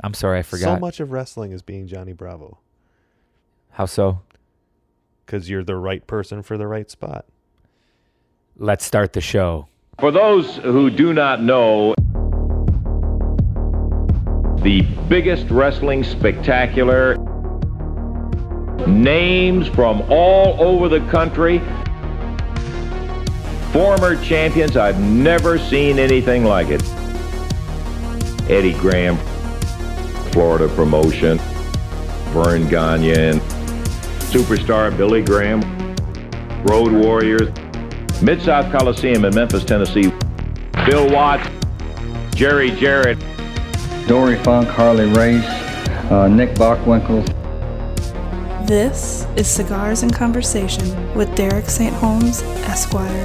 I'm sorry, I forgot. So much of wrestling is being Johnny Bravo How so? because you're the right person for the right spot. Let's start the show. For those who do not know, the biggest wrestling spectacular, names from all over the country, former champions, I've never seen anything like it. Eddie Graham, Florida promotion, Vern Gagne, superstar Billy Graham, Road Warriors, Mid South Coliseum in Memphis, Tennessee. Bill Watts, Jerry Jarrett, Dory Funk, Harley Race, uh, Nick Bockwinkel, This is Cigars and Conversation with Derek St. Holmes, Esquire.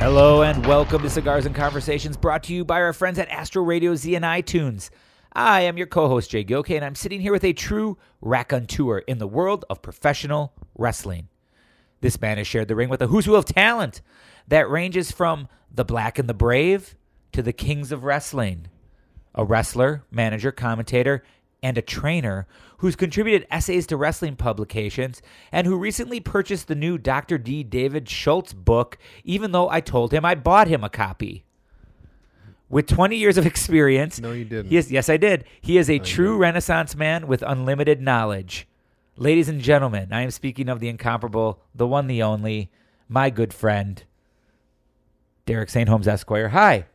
Hello and welcome to Cigars and Conversations brought to you by our friends at Astro Radio Z and iTunes. I am your co host, Jay Gilkey, and I'm sitting here with a true raconteur in the world of professional wrestling. This man has shared the ring with a who's who of talent that ranges from the black and the brave to the kings of wrestling. a wrestler, manager, commentator, and a trainer who's contributed essays to wrestling publications and who recently purchased the new Dr. D. David Schultz book, even though I told him I bought him a copy. With 20 years of experience, no, you didn't. Yes, yes, I did. He is a true Renaissance man with unlimited knowledge. Ladies and gentlemen, I am speaking of the incomparable, the one, the only, my good friend, Derek St. Holmes Esquire. Hi.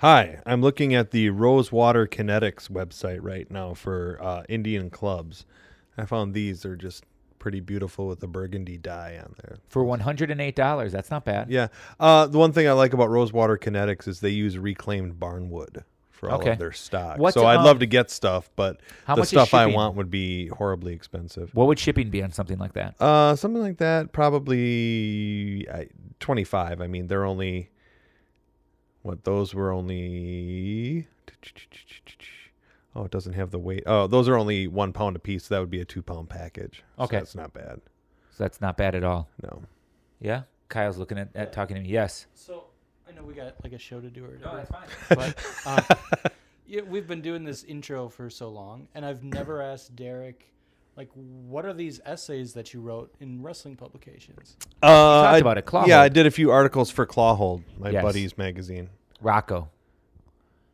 Hi, I'm looking at the Rosewater Kinetics website right now for uh, Indian clubs. I found these are just pretty beautiful with the burgundy dye on there. For $108, that's not bad. Yeah. Uh, the one thing I like about Rosewater Kinetics is they use reclaimed barn wood for all Okay. of their stock. What's, so I'd um, love to get stuff, but How the much is stuff I shipping? want would be horribly expensive. What would shipping be on something like that? Uh, something like that, probably uh, 25. I mean, they're only what those were only. Oh, it doesn't have the weight. Oh, those are only one pound a piece. that would be a two pound package. So Okay. that's not bad. So that's not bad at all. No. Yeah. Kyle's looking at, at talking to me. Yes. So I know we got like a show to do or whatever, fine. but uh, yeah, we've been doing this intro for so long, and I've never asked Derek, like, what are these essays that you wrote in wrestling publications? Uh, talked I, about it, Yeah, I Clawhold. did a few articles for Clawhold, my Yes. buddy's magazine. Rocco.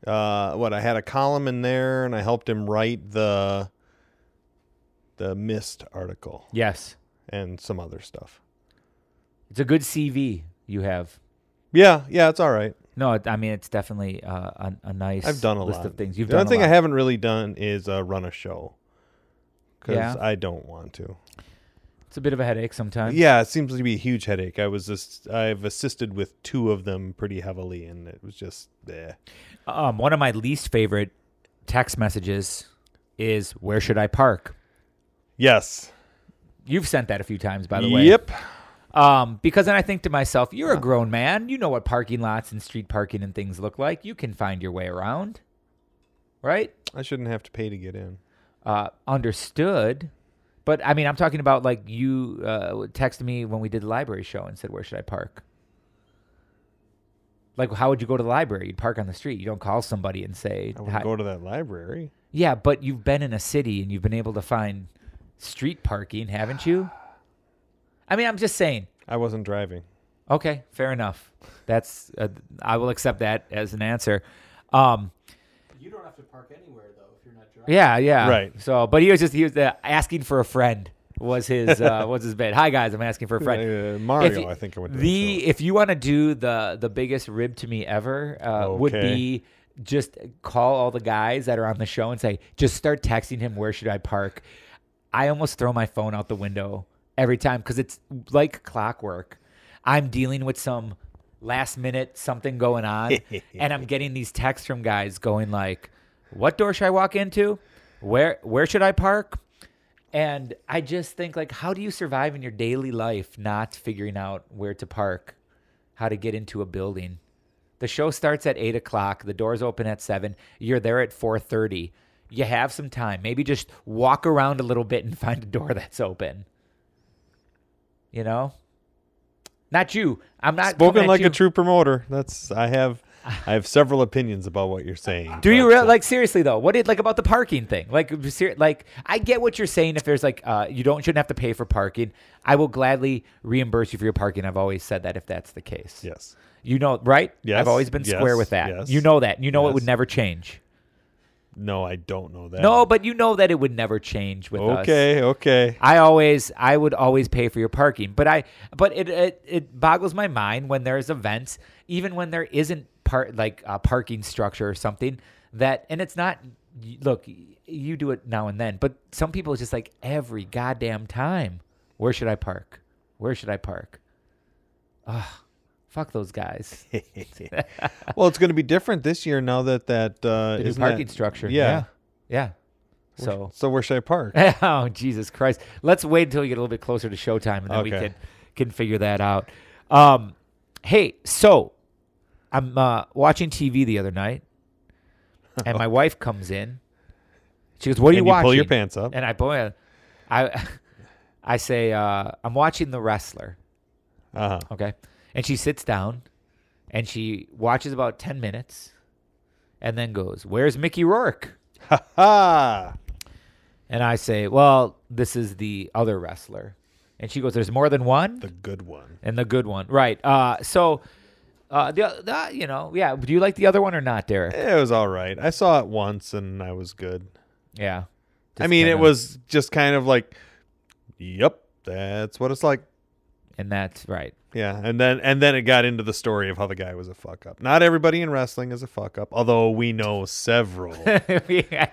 uh, what I had a column in there, and I helped him write the the mist article Yes. and some other stuff. It's a good CV you have. Yeah, yeah, it's all right. No, it- I mean it's definitely uh, a, a nice. I've done a list lot of things. You've the done. only thing a lot. I haven't really done is uh, run a show because Yeah. I don't want to. It's a bit of a headache sometimes. Yeah, it seems to be a huge headache. I was just I've assisted with two of them pretty heavily, and it was just eh. Um, one of my least favorite text messages is where should I park? yes, You've sent that a few times, by the way. yep. Um, because then I think to myself, you're a grown man. You know what parking lots and street parking and things look like. You can find your way around, right? I shouldn't have to pay to get in. uh, understood. But I mean, I'm talking about like you uh, texted me when we did the library show and said, "Where should I park?" Like, how would you go to the library? You'd park on the street. You don't call somebody and say, I "Hi." would go to that library. "Yeah," but you've been in a city and you've been able to find street parking, haven't you? I mean, I'm just saying. I wasn't driving. Okay, fair enough. That's uh, I will accept that as an answer. Um, You don't have to park anywhere though if you're not driving. Yeah, yeah. Right. So, but he was just he was uh, asking for a friend was his uh, was his bit. Hi guys, I'm asking for a friend. Uh, If Mario, you- I think I would. do it, so. The if you want to do the the biggest rib to me ever uh, would Okay. be just call all the guys that are on the show and say just start texting him where should I park. I almost throw my phone out the window every time because it's like clockwork. I'm dealing with some last minute something going on, and I'm getting these texts from guys going like, "What door should I walk into? Where where should I park?" And I just think like, how do you survive in your daily life not figuring out where to park, how to get into a building? The show starts at eight o'clock. The doors open at seven. You're there at four thirty. You have some time. Maybe just walk around a little bit and find a door that's open. You know, not you. I'm not coming Spoken at like you. a true promoter. That's I have I have several opinions about what you're saying. Do you but, real uh, like seriously though? What did like about the parking thing? Like ser- like I get what you're saying. If there's like uh, you don't shouldn't have to pay for parking, I will gladly reimburse you for your parking. I've always said that if that's the case. Yes. You know, right? I've Yes, always been square yes, with that. yes, you know that. You know it would yes. never change. No, I don't know that. No, but you know that it would never change with us. okay, okay. I always I would always pay for your parking, but I but it it, it boggles my mind when there's events, even when there isn't part like a parking structure or something that, and it's not. y- Look, y- you do it now and then, but some people it's just like every goddamn time. Where should I park? Where should I park? Ugh, fuck those guys. well, it's going to be different this year now that that uh, The new isn't parking that- structure. Yeah. yeah. yeah. So So where should I park? oh Jesus Christ! Let's wait until we get a little bit closer to showtime, and then we Okay. can can figure that out. Um, hey, so I'm uh, watching TV the other night, and my wife comes in. She goes, "What are you And you watching?" pull your pants up. and I boy, I I say, uh, "I'm watching The Wrestler." Uh-huh. Okay. And she sits down and she watches about 10 minutes and then goes, Where's Mickey Rourke? Ah, And I say, Well, this is the other wrestler. And she goes, There's more than one? the good one. and the good one. Right. Uh, so, uh, the, the, you know, yeah. Do you like the other one or not, Derek? It was all right. I saw it once and I was good. Yeah. I mean, it kinda- was just kind of like, yep, that's what it's like. And that's right. Yeah, and then and then it got into the story of how the guy was a fuck up. Not everybody in wrestling is a fuck up, although we know several. Yeah.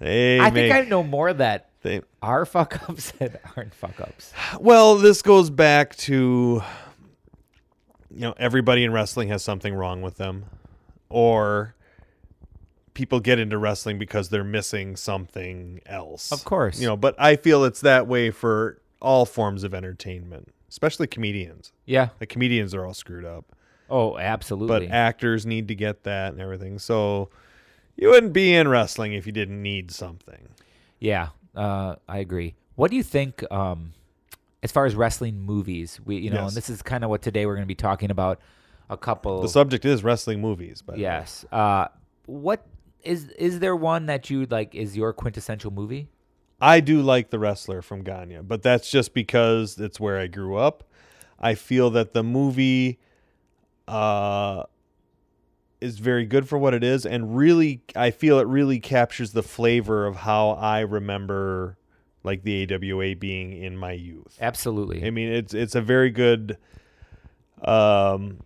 They I make- think I know more that they- are fuck ups than aren't fuck ups. well, this goes back to you know everybody in wrestling has something wrong with them, or people get into wrestling because they're missing something else. Of course. you know. But I feel it's that way for all forms of entertainment, especially comedians. Yeah. The comedians are all screwed up. Oh, absolutely. but actors need to get that and everything. So you wouldn't be in wrestling if you didn't need something. Yeah, uh, I agree. What do you think um, as far as wrestling movies? We, you know, Yes. and this is kind of what today we're going to be talking about. A couple. The subject is wrestling movies, but yes. Uh, what is is there one that you like? Is your quintessential movie? I do like the wrestler from Ganya, but that's just because it's where I grew up. I feel that the movie uh, is very good for what it is, and really, I feel it really captures the flavor of how I remember, like the AWA being in my youth. Absolutely. I mean, it's it's a very good. Um,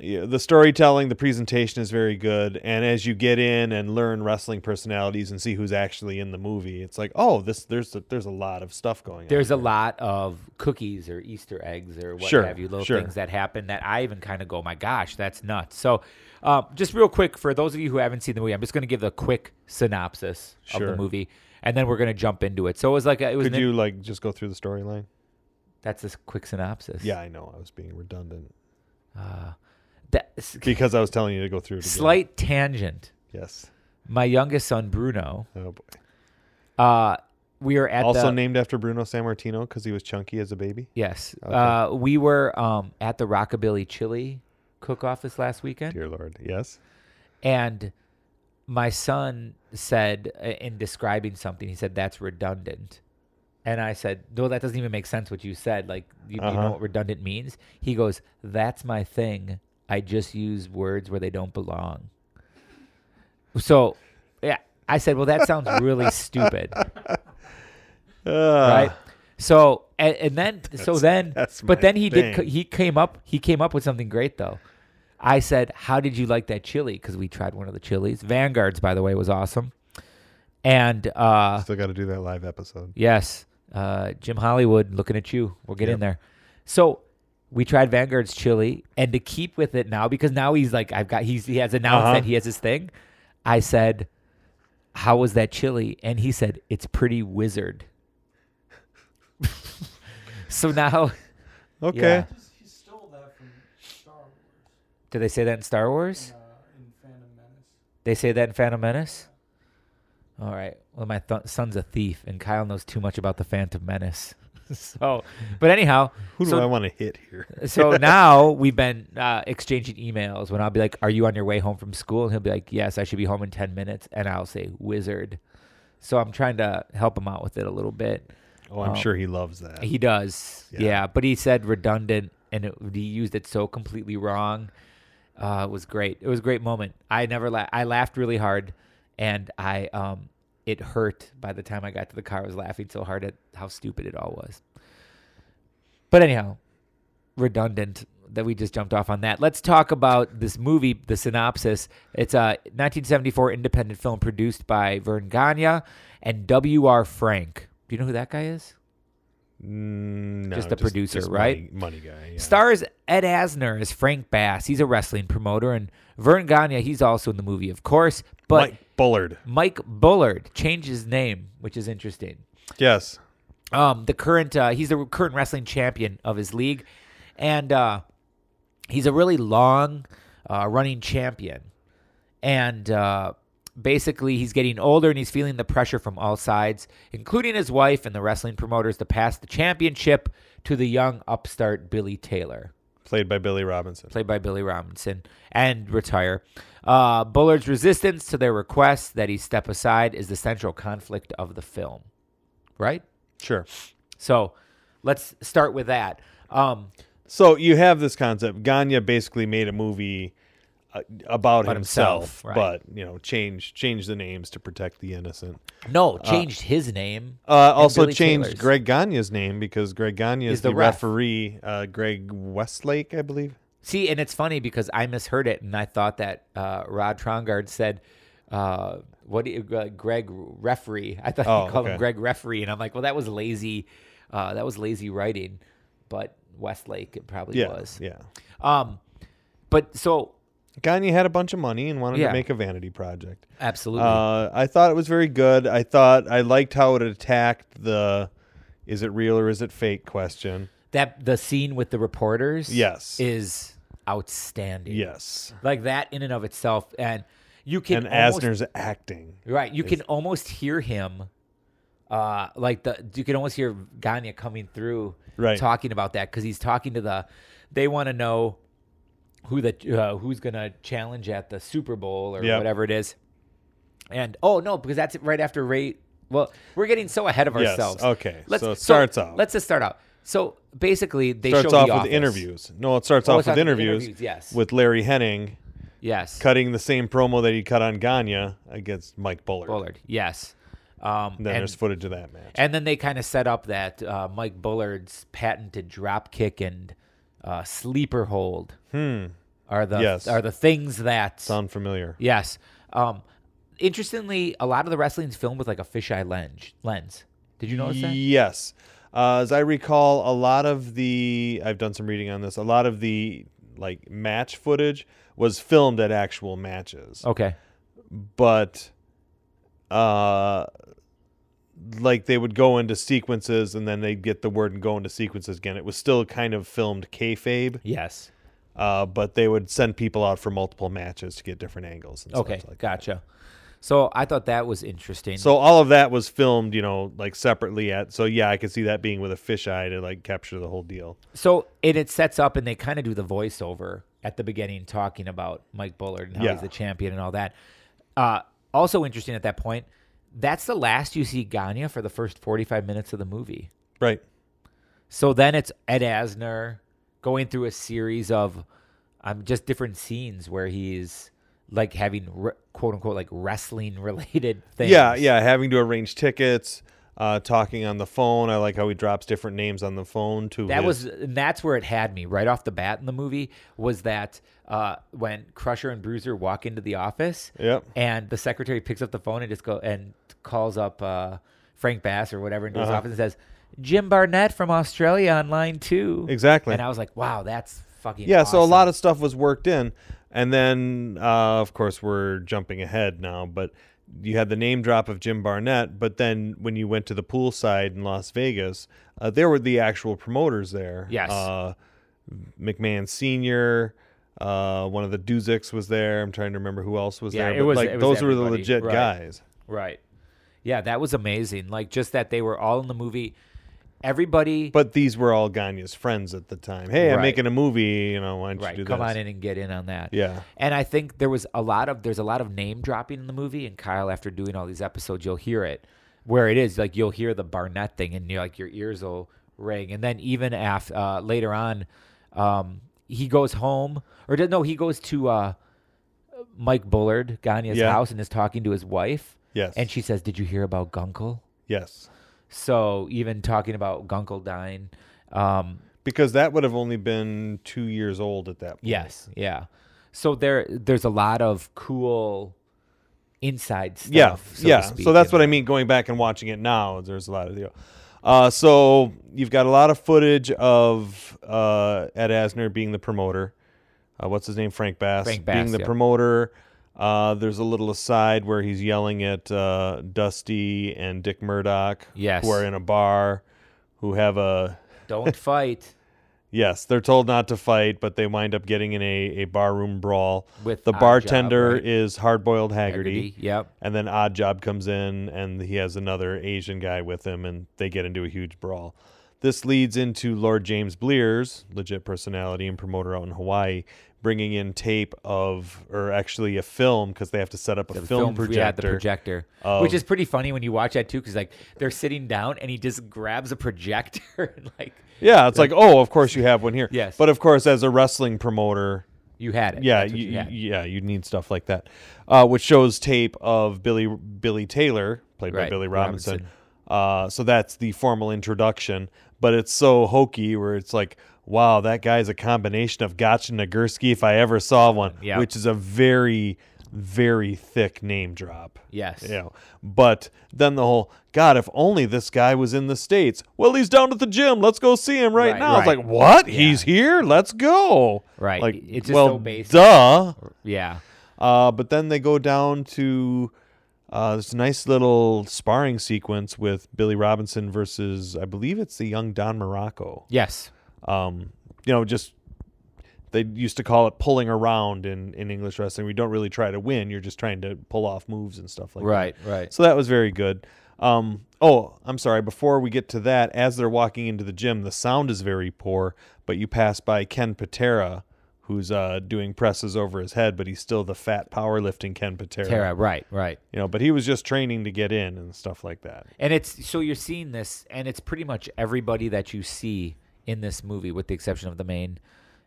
yeah, the storytelling, the presentation is very good, and as you get in and learn wrestling personalities and see who's actually in the movie, it's like, oh, this there's a, there's a lot of stuff going There's a on. lot of cookies or Easter eggs or what Sure, have you, little sure. things that happen that I even kind of go, my gosh, that's nuts. So, uh, just real quick, for those of you who haven't seen the movie, I'm just going to give a quick synopsis of the Sure. movie, and then we're going to jump into it. So it was like a, it was Could an- you like just go through the storyline? That's a s- quick synopsis. Yeah, I know I was being redundant That, s- because I was telling you to go through it. Again. slight tangent. Yes. My youngest son Bruno. Oh boy. Uh, we are at Also the, named after Bruno Sammartino because he was chunky as a baby. Yes. Uh, we were um, at the Rockabilly Chili cook-off this last weekend, Dear Lord. Yes. and my son said uh, in describing something, he said that's redundant. And I said, no, that doesn't even make sense what you said. Like, you, you know Uh-huh. what redundant means? He goes, that's my thing. I just use words where they don't belong. So, yeah, I said, well, that sounds really stupid right? Uh, So and, and then so then that's but my then he did thing. did he came up he came up with something great though. I said, "How did you like that chili?" Because we tried one of the chilies. Vanguard's, by the way, was awesome. And uh, Still got to do that live episode. yes, uh, Jim Hollywood, looking at you. We'll get in there. So we tried Vanguard's chili, and to keep with it now, because now he's like, I've got he's he has announced Uh-huh. that he has his thing. I said, "How was that chili?" And he said, "It's pretty wizard." so now. Okay. Yeah. He stole that from Star Wars Do they say that in Star Wars? uh, in Phantom Menace. They say that in Phantom Menace? All right. Well, my th- son's a thief, and Kyle knows too much about the Phantom Menace. so, but anyhow, Who do so, I want to hit here? so now we've been uh, exchanging emails when I'll be like, Are you on your way home from school? And he'll be like, Yes, I should be home in 10 minutes. And I'll say, Wizard. So I'm trying to help him out with it a little bit. Oh, I'm Oh. sure he loves that. He does. Yeah. Yeah. but he said redundant and it, he used it so completely wrong. Uh, it was great. It was a great moment. I never la- I laughed really hard and I um it hurt by the time I got to the car. I was laughing so hard at how stupid it all was. But anyhow, redundant that we just jumped off on that. Let's talk about this movie, the synopsis. It's a 1974 independent film produced by Vern Gagne and W.R. Frank. Do you know who that guy is? Mm, no, Just the producer, right? Money, money guy. yeah. Stars Ed Asner as Frank Bass. He's a wrestling promoter, and Vern Gagne. He's also in the movie, of course. But Mike Bullard. Mike, Bullard changed his name, which is interesting. Yes. Um, the current uh, he's the current wrestling champion of his league, and uh, he's a really long uh, running champion. And uh, basically, he's getting older and he's feeling the pressure from all sides, including his wife and the wrestling promoters, to pass the championship to the young upstart Billy Taylor Played by Billy Robinson. played by Billy Robinson, and retire. Uh, Bullard's resistance to their request that he step aside is the central conflict of the film, right? Sure. So let's start with that. Um, So you have this concept. Gagne basically made a movie uh, about, About himself, himself, right. but you know, change change the names to protect the innocent. no, changed his name. Uh, and also Billy changed Taylor's. Greg Gagne's name because Greg Gagne is the the, ref. referee. Uh, Greg Westlake, I believe. See, and it's funny because I misheard it, and I thought that uh, Rod Trongard said, uh, "What do you, uh, Greg Referee?" I thought Oh, he called him okay. Greg Referee, and I'm like, "Well, that was lazy. Uh, that was lazy writing." But Westlake, it probably Yeah, was. yeah. Um, but so Gagne had a bunch of money and wanted Yeah. to make a vanity project. absolutely, Uh, I thought it was very good. I thought I liked how it attacked the "is it real or is it fake" question. that the scene with the reporters, Yes. is outstanding. Yes, like that in and of itself, and you can and almost, Asner's acting. right. You can almost hear him, uh, like the you can almost hear Ganya coming through, Right. talking about that because he's talking to the. They want to know who the uh, who's gonna challenge at the Super Bowl or Yep. whatever it is, and oh no, because that's right after Ray. Well, we're getting so ahead of Yes, ourselves. okay. So it starts out. Let's just start out. So basically, they starts show off the with office. interviews. No, it starts Oh, it off starts with with interviews. interviews, yes. With Larry Henning Yes, cutting the same promo that he cut on Gagne against Mike Bullard. Bullard. Yes, um, And then and- there's footage of that match. And then they kind of set up that uh, Mike Bullard's patented drop kick and uh, sleeper hold are the Hmm. Yes. are the things that Sound familiar? yes. Um, interestingly, a lot of the wrestling's filmed with like a fisheye lens. Lens. Did you notice that? Yes. Uh, as I recall, a lot of the I've done some reading on this. A lot of the like match footage was filmed at actual matches, Okay. but uh, like they would go into sequences and then they'd get the word and go into sequences again. It was still kind of filmed kayfabe. Yes. uh, but they would send people out for multiple matches to get different angles. And Okay. stuff like that. gotcha. So I thought that was interesting. So all of that was filmed, you know, like separately at. So yeah, I could see that being with a fisheye to like capture the whole deal. So it, it sets up, and they kind of do the voiceover at the beginning, talking about Mike Bullard and how Yeah. he's the champion and all that. Uh, also interesting at that point, that's the last you see Ganya for the first forty-five minutes of the movie. Right. So then it's Ed Asner going through a series of um, just different scenes where he's like having re- quote unquote like wrestling related things. Yeah, yeah. Having to arrange tickets, uh, talking on the phone. I like how he drops different names on the phone to. That was his- and that's where it had me right off the bat in the movie was that uh, when Crusher and Bruiser walk into the office, Yep. and the secretary picks up the phone and just go and calls up uh, Frank Bass or whatever into Uh-huh. his office and says, "Jim Barnett from Australia on line two. Exactly. And I was like, "Wow, that's fucking Yeah, so a lot awesome. of stuff was worked in. And then, uh, of course, we're jumping ahead now, but you had the name drop of Jim Barnett. But then when you went to the pool side in Las Vegas, uh, there were the actual promoters there. Yes. Uh, McMahon Sr., uh, one of the Duziks was there. I'm trying to remember who else was Yeah, there. it but, was- like, it was those were the everybody, legit right. guys. Right. Yeah, that was amazing. Like just that they were all in the movie. Everybody, But these were all Ganya's friends at the time. Hey, I'm Right. making a movie. You know, why don't you right? do Come this? on in and get in on that. Yeah. And I think there was a lot of there's a lot of name dropping in the movie. And Kyle, after doing all these episodes, you'll hear it where it is like you'll hear the Barnett thing, and you're like your ears will ring. And then even after uh, later on, um, he goes home or did- no, he goes to uh, Mike Bullard, Ganya's Yeah. house, and is talking to his wife. Yes. And she says, "Did you hear about Gunkle?" Yes. So even talking about Gunkle dying, um, Because that would have only been two years old at that point. Yes, yeah. So there, there's a lot of cool inside stuff. yeah, so to yeah. speak, so that's in what I there. mean. Going back and watching it now, there's a lot of you know. Uh, so you've got a lot of footage of uh, Ed Asner being the promoter. Uh, what's his name? Frank Bass, Frank being Bass, the yeah. promoter. Uh, there's a little aside where he's yelling at uh, Dusty and Dick Murdoch, Yes. who are in a bar, who have a Don't fight. Yes, they're told not to fight, but they wind up getting in a, a barroom brawl. With the Oddjob, bartender right? is hard boiled Haggerty. Haggerty, yep. And then Odd Job comes in and he has another Asian guy with him and they get into a huge brawl. This leads into Lord James Blears, legit personality and promoter out in Hawaii, bringing in tape of, or actually a film, because they have to set up a The film, projector. Yeah, the projector, which is pretty funny when you watch that too, because like they're sitting down and he just grabs a projector and like Yeah, it's like, oh, of course you have one here. Yes. But of course, as a wrestling promoter, you had it. Yeah, That's what you, you had. yeah, you need stuff like that, uh, which shows tape of Billy Billy Taylor, played by Right, Billy Robinson. Uh, so that's the formal introduction, but it's so hokey where it's like, wow, that guy's a combination of Gotch and Nagurski if I ever saw one, Yeah. which is a very very thick name drop. Yes. You know, but then the whole God, if only this guy was in the states. Well, he's down at the gym. Let's go see him right, Right, now. It's right. like, what? He's here. Let's go. Right. Like, It's just well, so basic. duh. yeah. Uh, but then they go down to uh, this nice little sparring sequence with Billy Robinson versus, I believe it's the young Don Morocco. Yes. Um, you know, just they used to call it pulling around in, in English wrestling. We don't really try to win. You're just trying to pull off moves and stuff like that. Right. Right. So that was very good. Um, oh, I'm sorry. Before we get to that, as they're walking into the gym, the sound is very poor, but you pass by Ken Patera, who's uh, doing presses over his head, but he's still the fat powerlifting Ken Patera. Tara. Right. Right. You know, but he was just training to get in and stuff like that. And it's so you're seeing this, and it's pretty much everybody that you see in this movie, with the exception of the main,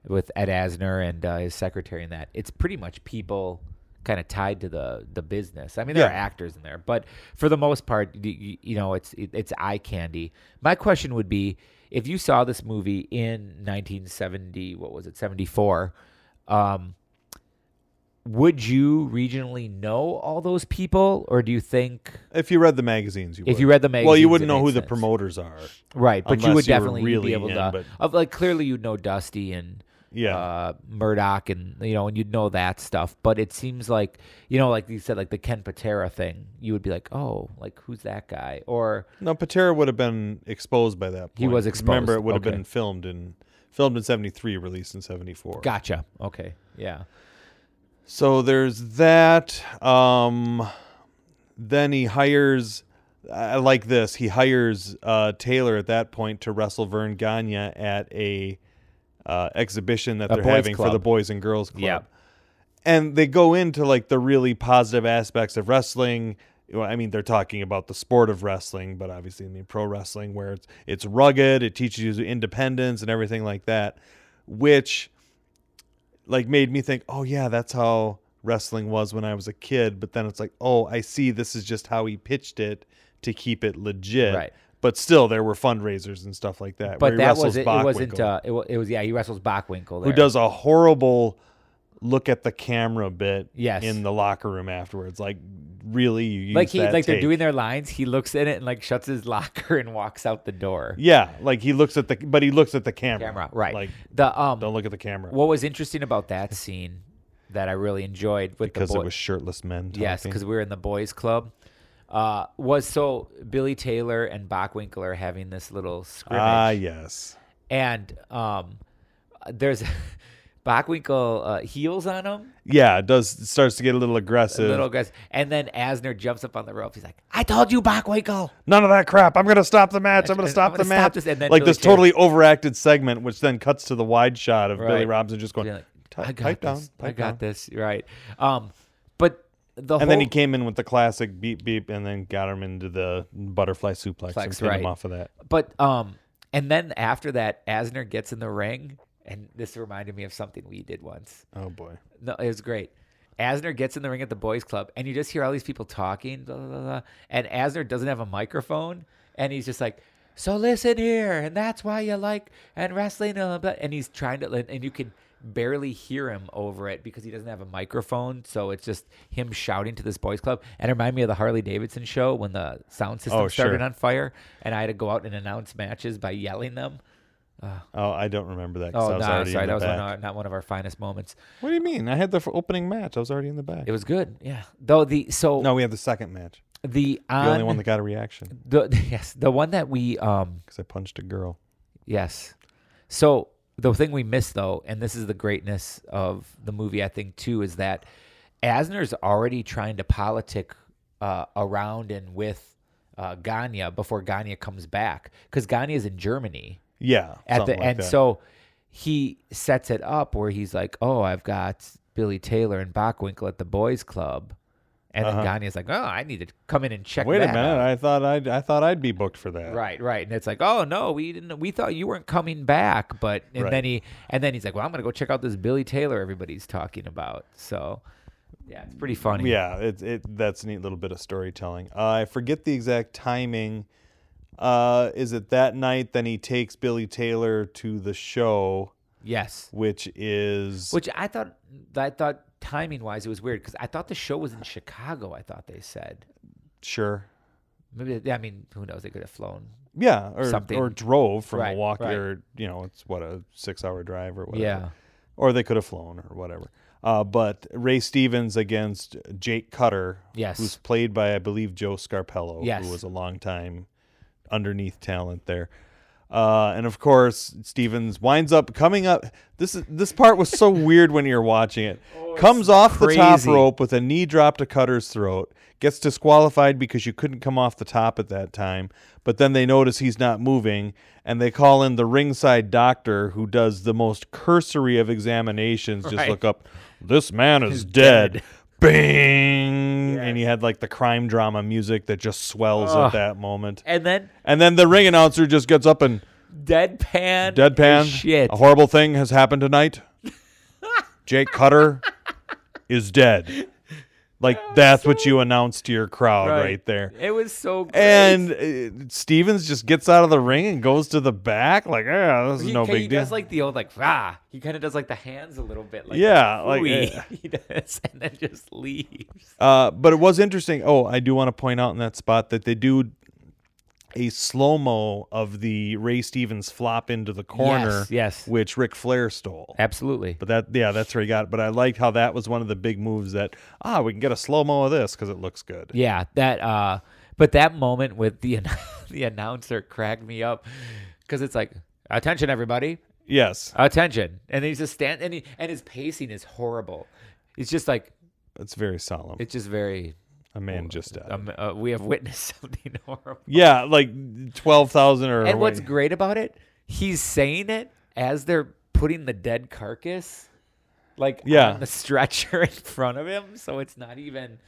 with Ed Asner and uh, his secretary and that. It's pretty much people kind of tied to the the business. I mean, there are Yeah. actors in there, but for the most part, y- y- you know, it's it- it's eye candy. My question would be, if you saw this movie in 1970, what was it, 74? Um, would you regionally know all those people, or do you think? If you read the magazines, you If would. you read the well, you magazines, wouldn't it know made who the sense. promoters are. Right, but you Unless would you were definitely really be able in, to but- of like clearly you'd know Dusty and Yeah. uh, Murdoch and you know and you'd know that stuff. But it seems like you know like you said like the Ken Patera thing, you would be like oh like who's that guy or No, Patera would have been exposed by that point. He was Remember, exposed. it would have Okay. been filmed in filmed in '73, released in '74. gotcha okay yeah So there's that. Um, then he hires. I I like this. He hires uh, Taylor at that point to wrestle Vern Gagne at a uh, exhibition that A they're boys' having for the club. Boys and Girls Club. Yeah. And they go into like the really positive aspects of wrestling. Well, I mean, they're talking about the sport of wrestling, but obviously, I mean, pro wrestling where it's it's rugged, it teaches you independence and everything like that, which like made me think, oh yeah, that's how wrestling was when I was a kid. But then it's like, oh, I see. This is just how he pitched it to keep it legit. Right. But still, there were fundraisers and stuff like that. where but he that wrestles was it, it wasn't Bockwinkel, uh, it, wa- it was yeah he wrestles Bockwinkel who there. does a horrible look at the camera bit. Yes. In the locker room afterwards, like really, you like used he that like they're take. doing their lines he looks in it and like shuts his locker and walks out the door Yeah, like he looks at the, but he looks at the camera. camera right Like, the um don't look at the camera what was interesting about that scene that I really enjoyed with because the boy- it was shirtless men. Yes, talking. because we were in the boys' club. Uh, was so Billy Taylor and Bachwinkle are having this little scrimmage, ah, yes. and um, there's Bachwinkle uh, heels on him, Yeah, it does it starts to get a little a aggressive. little aggressive, and then Asner jumps up on the rope. He's like, "I told you, Bachwinkle." None of that crap. I'm gonna stop the match. I'm I'm gonna stop gonna the stop match. this, and then like Billy this Kay- totally overacted segment, which then cuts to the wide shot of Billy Right. Robinson just going, Yeah, like, "Ti- I got pipe down, this. I pipe got down." this. Right. Um, but the whole And then he came in with the classic beep beep, and then got him into the butterfly suplex and Suplex, pinned right. him off of that. But um, and then after that, Asner gets in the ring, and this reminded me of something we did once. Oh boy. No, it was great. Asner gets in the ring at the boys' club, and you just hear all these people talking, blah, blah, blah, blah, and Asner doesn't have a microphone, and he's just like, "So listen here, and that's why you like and wrestling." Blah, blah, blah," And he's trying to, and you can barely hear him over it because he doesn't have a microphone, so it's just him shouting to this boys' club. And it reminded me of the Harley Davidson show when the sound system Oh, started sure. on fire, and I had to go out and announce matches by yelling them. Oh, I don't remember that. 'cause Oh, I was no, already in sorry, the that was one back. of our, not one of our finest moments. What do you mean? I had the f- opening match. I was already in the back. It was good, yeah. Though the so no, we had the second match. The The on, only one that got a reaction the yes, the one that we um because I punched a girl. yes. So the thing we missed though, and this is the greatness of the movie, I think too, is that Asner's already trying to politic uh, around and with uh, Ganya before Ganya comes back because Ganya is in Germany Yeah. at the something like and that. so he sets it up where he's like, "Oh, I've got Billy Taylor and Bachwinkle at the boys' club," and then Ganya's like, "Oh, I need to come in and check." Uh-huh. Wait a that out." minute. I thought I'd I thought I'd be booked for that. Right, right. And it's like, oh no, we didn't. We thought you weren't coming back, but and Right. then he and then he's like, well, I'm gonna go check out this Billy Taylor everybody's talking about. So, yeah, it's pretty funny. Yeah, it, it that's a neat little bit of storytelling. Uh, I forget the exact timing. Uh, is it that night? Then he takes Billy Taylor to the show, Yes. which is Which I thought, I thought timing wise, it was weird because I thought the show was in Chicago. I thought they said sure, maybe. I mean, who knows? They could have flown. yeah, or Something. or drove from Right, Milwaukee, right. or you know, it's what a six-hour drive or whatever. Yeah. or they could have flown or whatever. Uh, but Ray Stevens against Jake Cutter, Yes. who's played by I believe Joe Scarpello, Yes. who was a long time underneath talent there. Uh, and of course, Stevens winds up coming up. This is this part was so weird when you're watching it. comes off the top Oh, crazy. rope with a knee drop to Cutter's throat. Gets disqualified because you couldn't come off the top at that time. But then they notice he's not moving, and they call in the ringside doctor, who does the most cursory of examinations. Just Right. look up. This man is dead. Bing, and you had like the crime drama music that just swells at that moment. And then And then the ring announcer just gets up and deadpan. as deadpan. Shit. A horrible thing has happened tonight. Jake Cutter is dead. Like that's what you announced to your crowd right, there. It was so. Great. And uh, Stevens just gets out of the ring and goes to the back. Like, yeah, this is He, no ca- he big deal. does like the old like ah. He kind of does like the hands a little bit. Like, Yeah, like, "Ooey." eh. he does, and then just leaves. Uh, but it was interesting. Oh, I do want to point out in that spot that they do a slow mo of the Ray Stevens flop into the corner, Yes, yes. which Ric Flair stole. Absolutely. But that, yeah, that's where he got it. But I liked how that was one of the big moves that ah, we can get a slow mo of this because it looks good. Yeah, that. uh But that moment with the an- the announcer cracked me up because it's like attention, everybody, Yes, attention, and he's just stand and he, and his pacing is horrible. It's just like it's very solemn. it's just very. a man just died. Um, uh, we have witnessed something horrible. yeah, like twelve thousand or And what's what- great about it, he's saying it as they're putting the dead carcass, like Yeah. on the stretcher in front of him. So it's not even.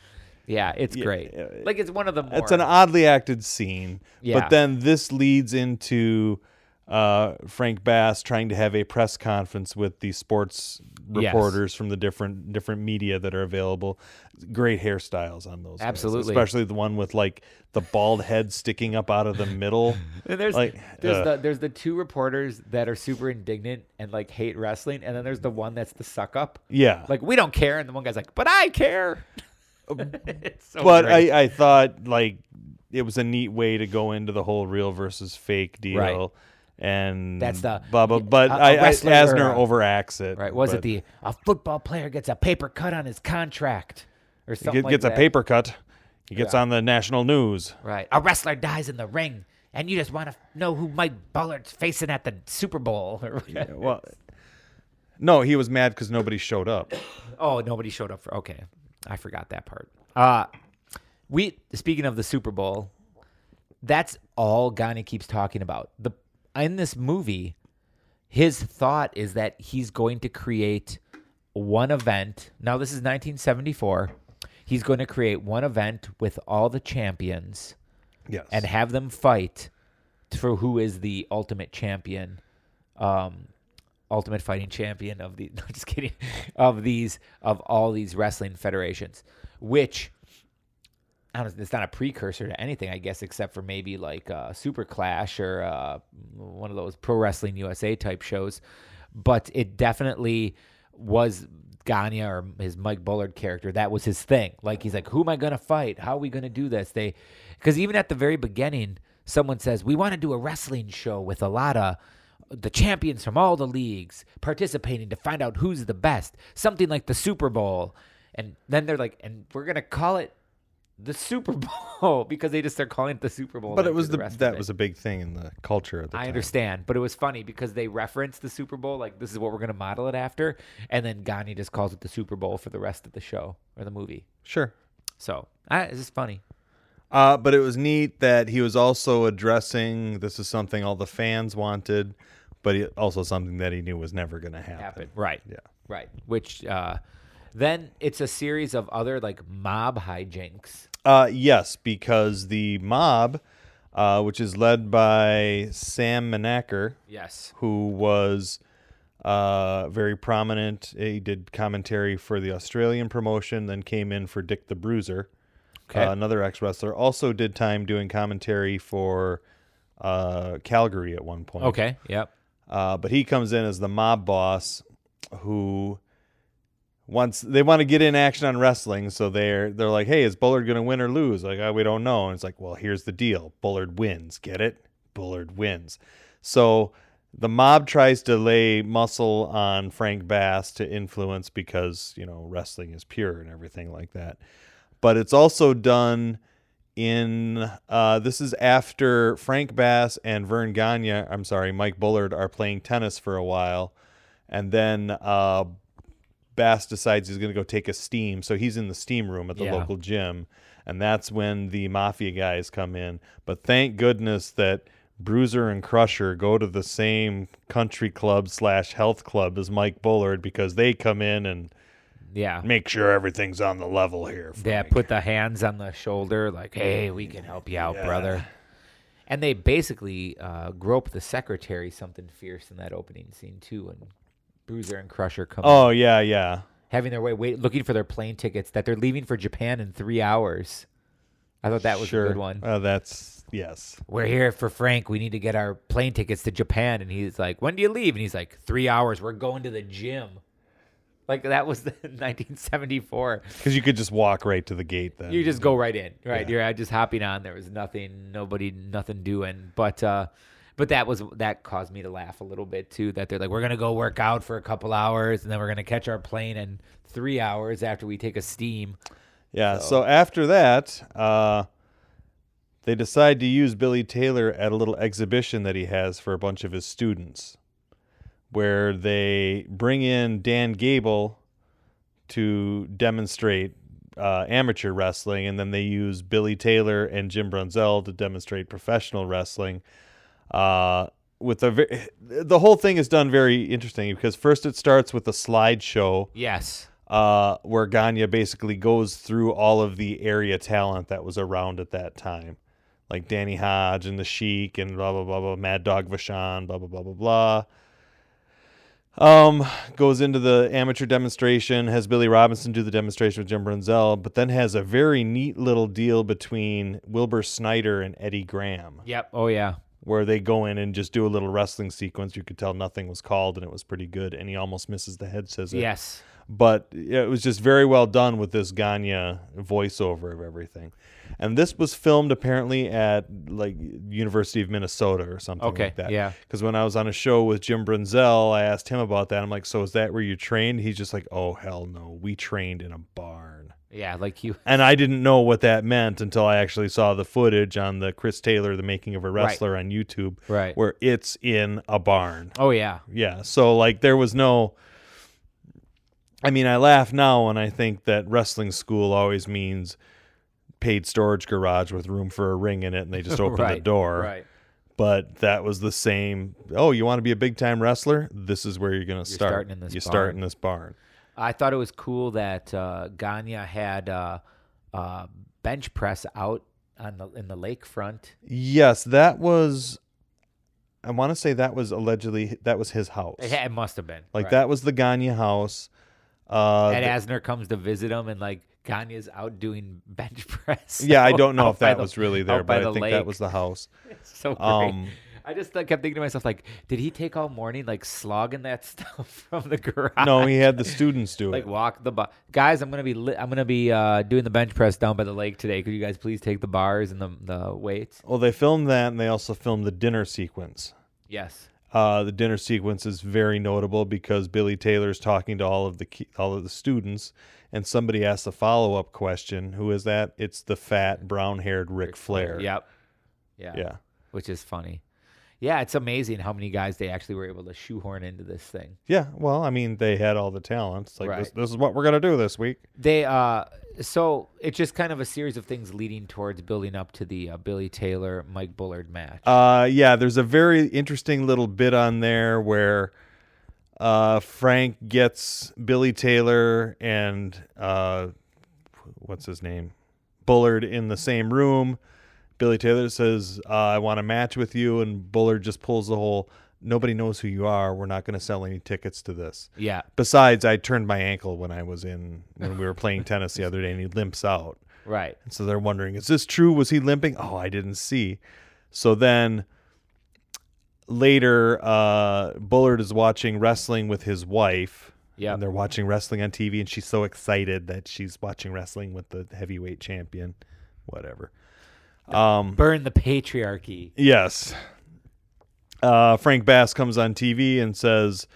Yeah, it's great. like it's one of the more. It's an oddly acted scene. Yeah. But then this leads into uh, Frank Bass trying to have a press conference with the sports Yes. reporters from the different different media that are available. Great hairstyles on those. guys, Absolutely. especially the one with like the bald head sticking up out of the middle. And there's like, uh. there's ugh. the there's the two reporters that are super indignant and like hate wrestling, and then there's the one that's the suck up. yeah. Like we don't care, and the one guy's like, "But I care." it's so Um, but Oh, great. I, I thought like it was a neat way to go into the whole real versus fake deal. Right. And That's the- blah blah. But a- a I, I wrestler Asner or overacts it. right was but it the a football player gets a paper cut on his contract or He something? get- gets like a that. paper cut. He gets on the national news. Right. A wrestler dies in the ring, and you just want to know who Mike Bullard's facing at the Super Bowl. Or whatever. Well, No, he was mad because nobody showed up. Oh, nobody showed up for. Okay, I forgot that part. Uh we speaking of the Super Bowl, that's all Ghani keeps talking about. The in this movie, his thought is that he's going to create one event. Now this is 1974. He's going to create one event with all the champions Yes. and have them fight for who is the ultimate champion, um, ultimate fighting champion of the. No, just kidding. Of these, of all these wrestling federations, which. I don't, it's not a precursor to anything, I guess, except for maybe like uh, Super Clash or uh, one of those Pro Wrestling USA type shows. But it definitely was Gagne or his Mike Bullard character. That was his thing. Like he's like, who am I gonna fight? How are we gonna do this? They, because even at the very beginning, someone says we want to do a wrestling show with a lot of the champions from all the leagues participating to find out who's the best. Something like the Super Bowl. And then they're like, and we're gonna call it the Super Bowl because they just start calling it the Super Bowl. but like, it was for the, rest of that it. was a big thing in the culture at the I time. understand, but it was funny because they referenced the Super Bowl like this is what we're gonna model it after, and then Gandhi just calls it the Super Bowl for the rest of the show or the movie. Sure. So I, it's just funny. Uh, but it was neat that he was also addressing this is something all the fans wanted, but it- also something that he knew was never going to happen. Happen right, Yeah. right. Which uh, then it's a series of other like mob hijinks. Uh, yes, because the mob, uh, which is led by Sam Menaker, Yes, who was uh, very prominent. He did commentary for the Australian promotion, then came in for Dick the Bruiser, Okay. uh, another ex wrestler. Also did time doing commentary for uh, Calgary at one point. Okay. Yep. Uh, but he comes in as the mob boss who wants they want to get in action on wrestling, so they're they're like, hey, is Bullard gonna win or lose? Like, "Ah, we don't know. And it's like, well, here's the deal: Bullard wins. Get it? Bullard wins. So the mob tries to lay muscle on Frank Bass to influence because you know wrestling is pure and everything like that. But it's also done in uh, this is after Frank Bass and Vern Gagne, I'm sorry, Mike Bullard are playing tennis for a while, and then uh, Bass decides he's going to go take a steam, so he's in the steam room at the Yeah. local gym, and that's when the mafia guys come in. But thank goodness that. Bruiser and Crusher go to the same country club slash health club as Mike Bullard because they come in and Yeah. make sure everything's on the level here. Yeah, Frank. put the hands on the shoulder, like, hey, we can help you out, brother. And they basically uh, grope the secretary something fierce in that opening scene, too. And Bruiser and Crusher come in, Oh yeah, yeah. having their way, wait, looking for their plane tickets that they're leaving for Japan in three hours. I thought that was sure. a good one. Uh, that's yes. We're here for Frank. We need to get our plane tickets to Japan. And he's like, when do you leave? And he's like, three hours. We're going to the gym. Like, that was 1974. Because you could just walk right to the gate then. You just go right in, right? Yeah. You're out just hopping on. There was nothing, nobody, nothing doing. But uh, but that was that caused me to laugh a little bit too. That they're like, we're gonna go work out for a couple hours, and then we're gonna catch our plane in three hours after we take a steam. yeah. So, after that, uh, they decide to use Billy Taylor at a little exhibition that he has for a bunch of his students, where they bring in Dan Gable to demonstrate uh, amateur wrestling, and then they use Billy Taylor and Jim Brunzell to demonstrate professional wrestling. uh, with a ve- the whole thing is done very interesting because first it starts with a slideshow Yes, uh, where Gagne basically goes through all of the area talent that was around at that time, like Danny Hodge and the Sheik and blah blah blah blah, Mad Dog Vachon, blah blah blah blah blah. Um, goes into the amateur demonstration, has Billy Robinson do the demonstration with Jim Brunzell, but then has a very neat little deal between Wilbur Snyder and Eddie Graham yep, oh yeah, where they go in and just do a little wrestling sequence. You could tell nothing was called, and it was pretty good. And he almost misses the head scissor. yes, but it was just very well done with this Ganya voiceover of everything. And this was filmed apparently at like University of Minnesota or something Okay, like that. yeah. Because when I was on a show with Jim Brunzell, I asked him about that. I'm like, "So is that where you trained?" He's just like, "Oh hell no, we trained in a barn." yeah, like you, And I didn't know what that meant until I actually saw the footage on the Chris Taylor, the making of a wrestler on YouTube, Right. Where it's in a barn. oh yeah, Yeah. So like there was no I mean, I laugh now when I think that wrestling school always means paid storage garage with room for a ring in it, and they just open the Right, door. Right. But that was the same. Oh, you want to be a big time wrestler? This is where you're going to start. starting in this you start barn. in this barn. I thought it was cool that uh, Gagne had uh, uh, bench press out on the in the lakefront. Yes, that was. I want to say that was allegedly that was his house. It, ha- it must have been Like right. that was the Gagne house. Uh, And th- Asner comes to visit him, and like Gagne's out doing bench press. yeah, I don't know out if by that the- was really there, out by but I the think lake. that was the house. so great. Um, I just like, kept thinking to myself, like, did he take all morning like slogging that stuff from the garage? No, he had the students do like it. walk the bar. Guys, I'm gonna be li- I'm gonna be uh, doing the bench press down by the lake today. Could you guys please take the bars and the the weights? Well, they filmed that, and they also filmed the dinner sequence. Yes. Uh, the dinner sequence is very notable because Billy Taylor's talking to all of the ki- all of the students, and somebody asks a follow up question. Who is that? It's the fat brown haired Ric Flair. Yep. Yeah. yeah. Which is funny. Yeah, it's amazing how many guys they actually were able to shoehorn into this thing. Yeah, well, I mean, they had all the talents. Like this, Right. this is what we're gonna do this week. They uh so it's just kind of a series of things leading towards building up to the uh, Billy Taylor Mike Bullard match. Uh, yeah, there's a very interesting little bit on there where uh, Frank gets Billy Taylor and uh, what's his name Bullard in the same room. Billy Taylor says, uh, "I want a match with you," and Bullard just pulls the whole. Nobody knows who you are. We're not going to sell any tickets to this. yeah. Besides, I turned my ankle when I was in when we were playing tennis the other day, and he limps out. Right. And so they're wondering, is this true? Was he limping? Oh, I didn't see. So then later, uh, Bullard is watching wrestling with his wife. Yep. And they're watching wrestling on TV, and she's so excited that she's watching wrestling with the heavyweight champion. Whatever. Um, Burn the patriarchy. yes. Uh, Frank Bass comes on TV and says,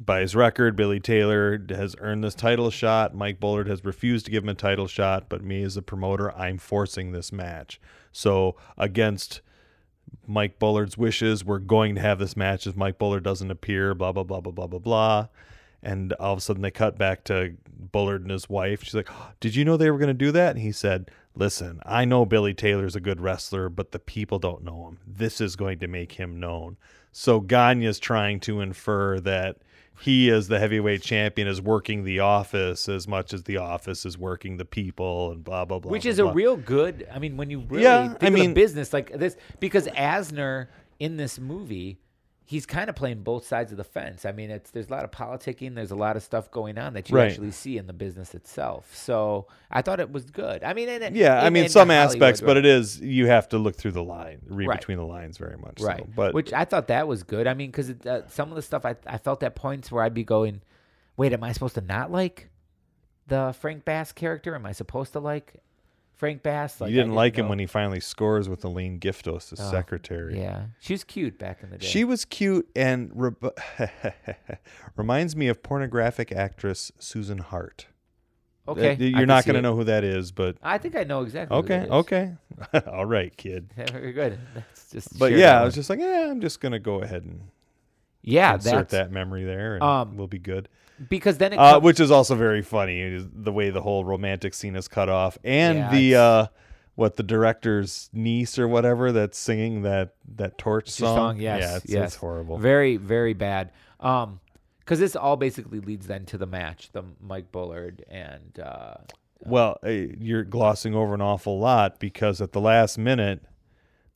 by his record, Billy Taylor has earned this title shot. Mike Bullard has refused to give him a title shot, but me as a promoter, I'm forcing this match. So, against Mike Bullard's wishes, we're going to have this match if Mike Bullard doesn't appear, blah, blah, blah, blah, blah, blah, blah. And all of a sudden they cut back to Bullard and his wife. She's like, "Oh, Did you know they were going to do that? And he said, Listen, I know Billy Taylor's a good wrestler, but the people don't know him. This is going to make him known. So Gagne's trying to infer that he, as the heavyweight champion, is working the office as much as the office is working the people and blah, blah, blah. Which blah, is a blah. real good. I mean, when you really Yeah, think I of the mean- business like this, because Asner in this movie, he's kind of playing both sides of the fence. I mean, it's there's a lot of politicking, there's a lot of stuff going on that you Right. actually see in the business itself. So I thought it was good. I mean, and it- Yeah, I and- mean and some Hollywood, aspects, right? but it is you have to look through the line, read Right. between the lines very much. so. right. But which I thought that was good. I mean, because uh, some of the stuff I I felt at points where I'd be going, wait, am I supposed to not like the Frank Bass character? Am I supposed to like Frank Bass? you I didn't like know. him Oh, when he finally scores with Elaine Giftos, his secretary. Yeah, she was cute back in the day. She was cute and re- reminds me of pornographic actress Susan Hart. okay. Uh, I you're can not see going to it. know who that is, but I think I know exactly. who okay, that is. okay, all right, kid. Yeah, Very good. That's just. But share yeah, that I one. was just like, yeah, I'm just going to go ahead and yeah. insert That's that memory there, and Um, we'll be good. because then it uh, comes- which is also very funny it is the way the whole romantic scene is cut off and Yeah, the it's- uh what the director's niece or whatever that's singing that that torch Your song, yes, yeah it's, yes. it's horrible Very, very bad. Um, because this all basically leads then to the match, the Mike Bullard and uh, well uh, you're glossing over an awful lot because at the last minute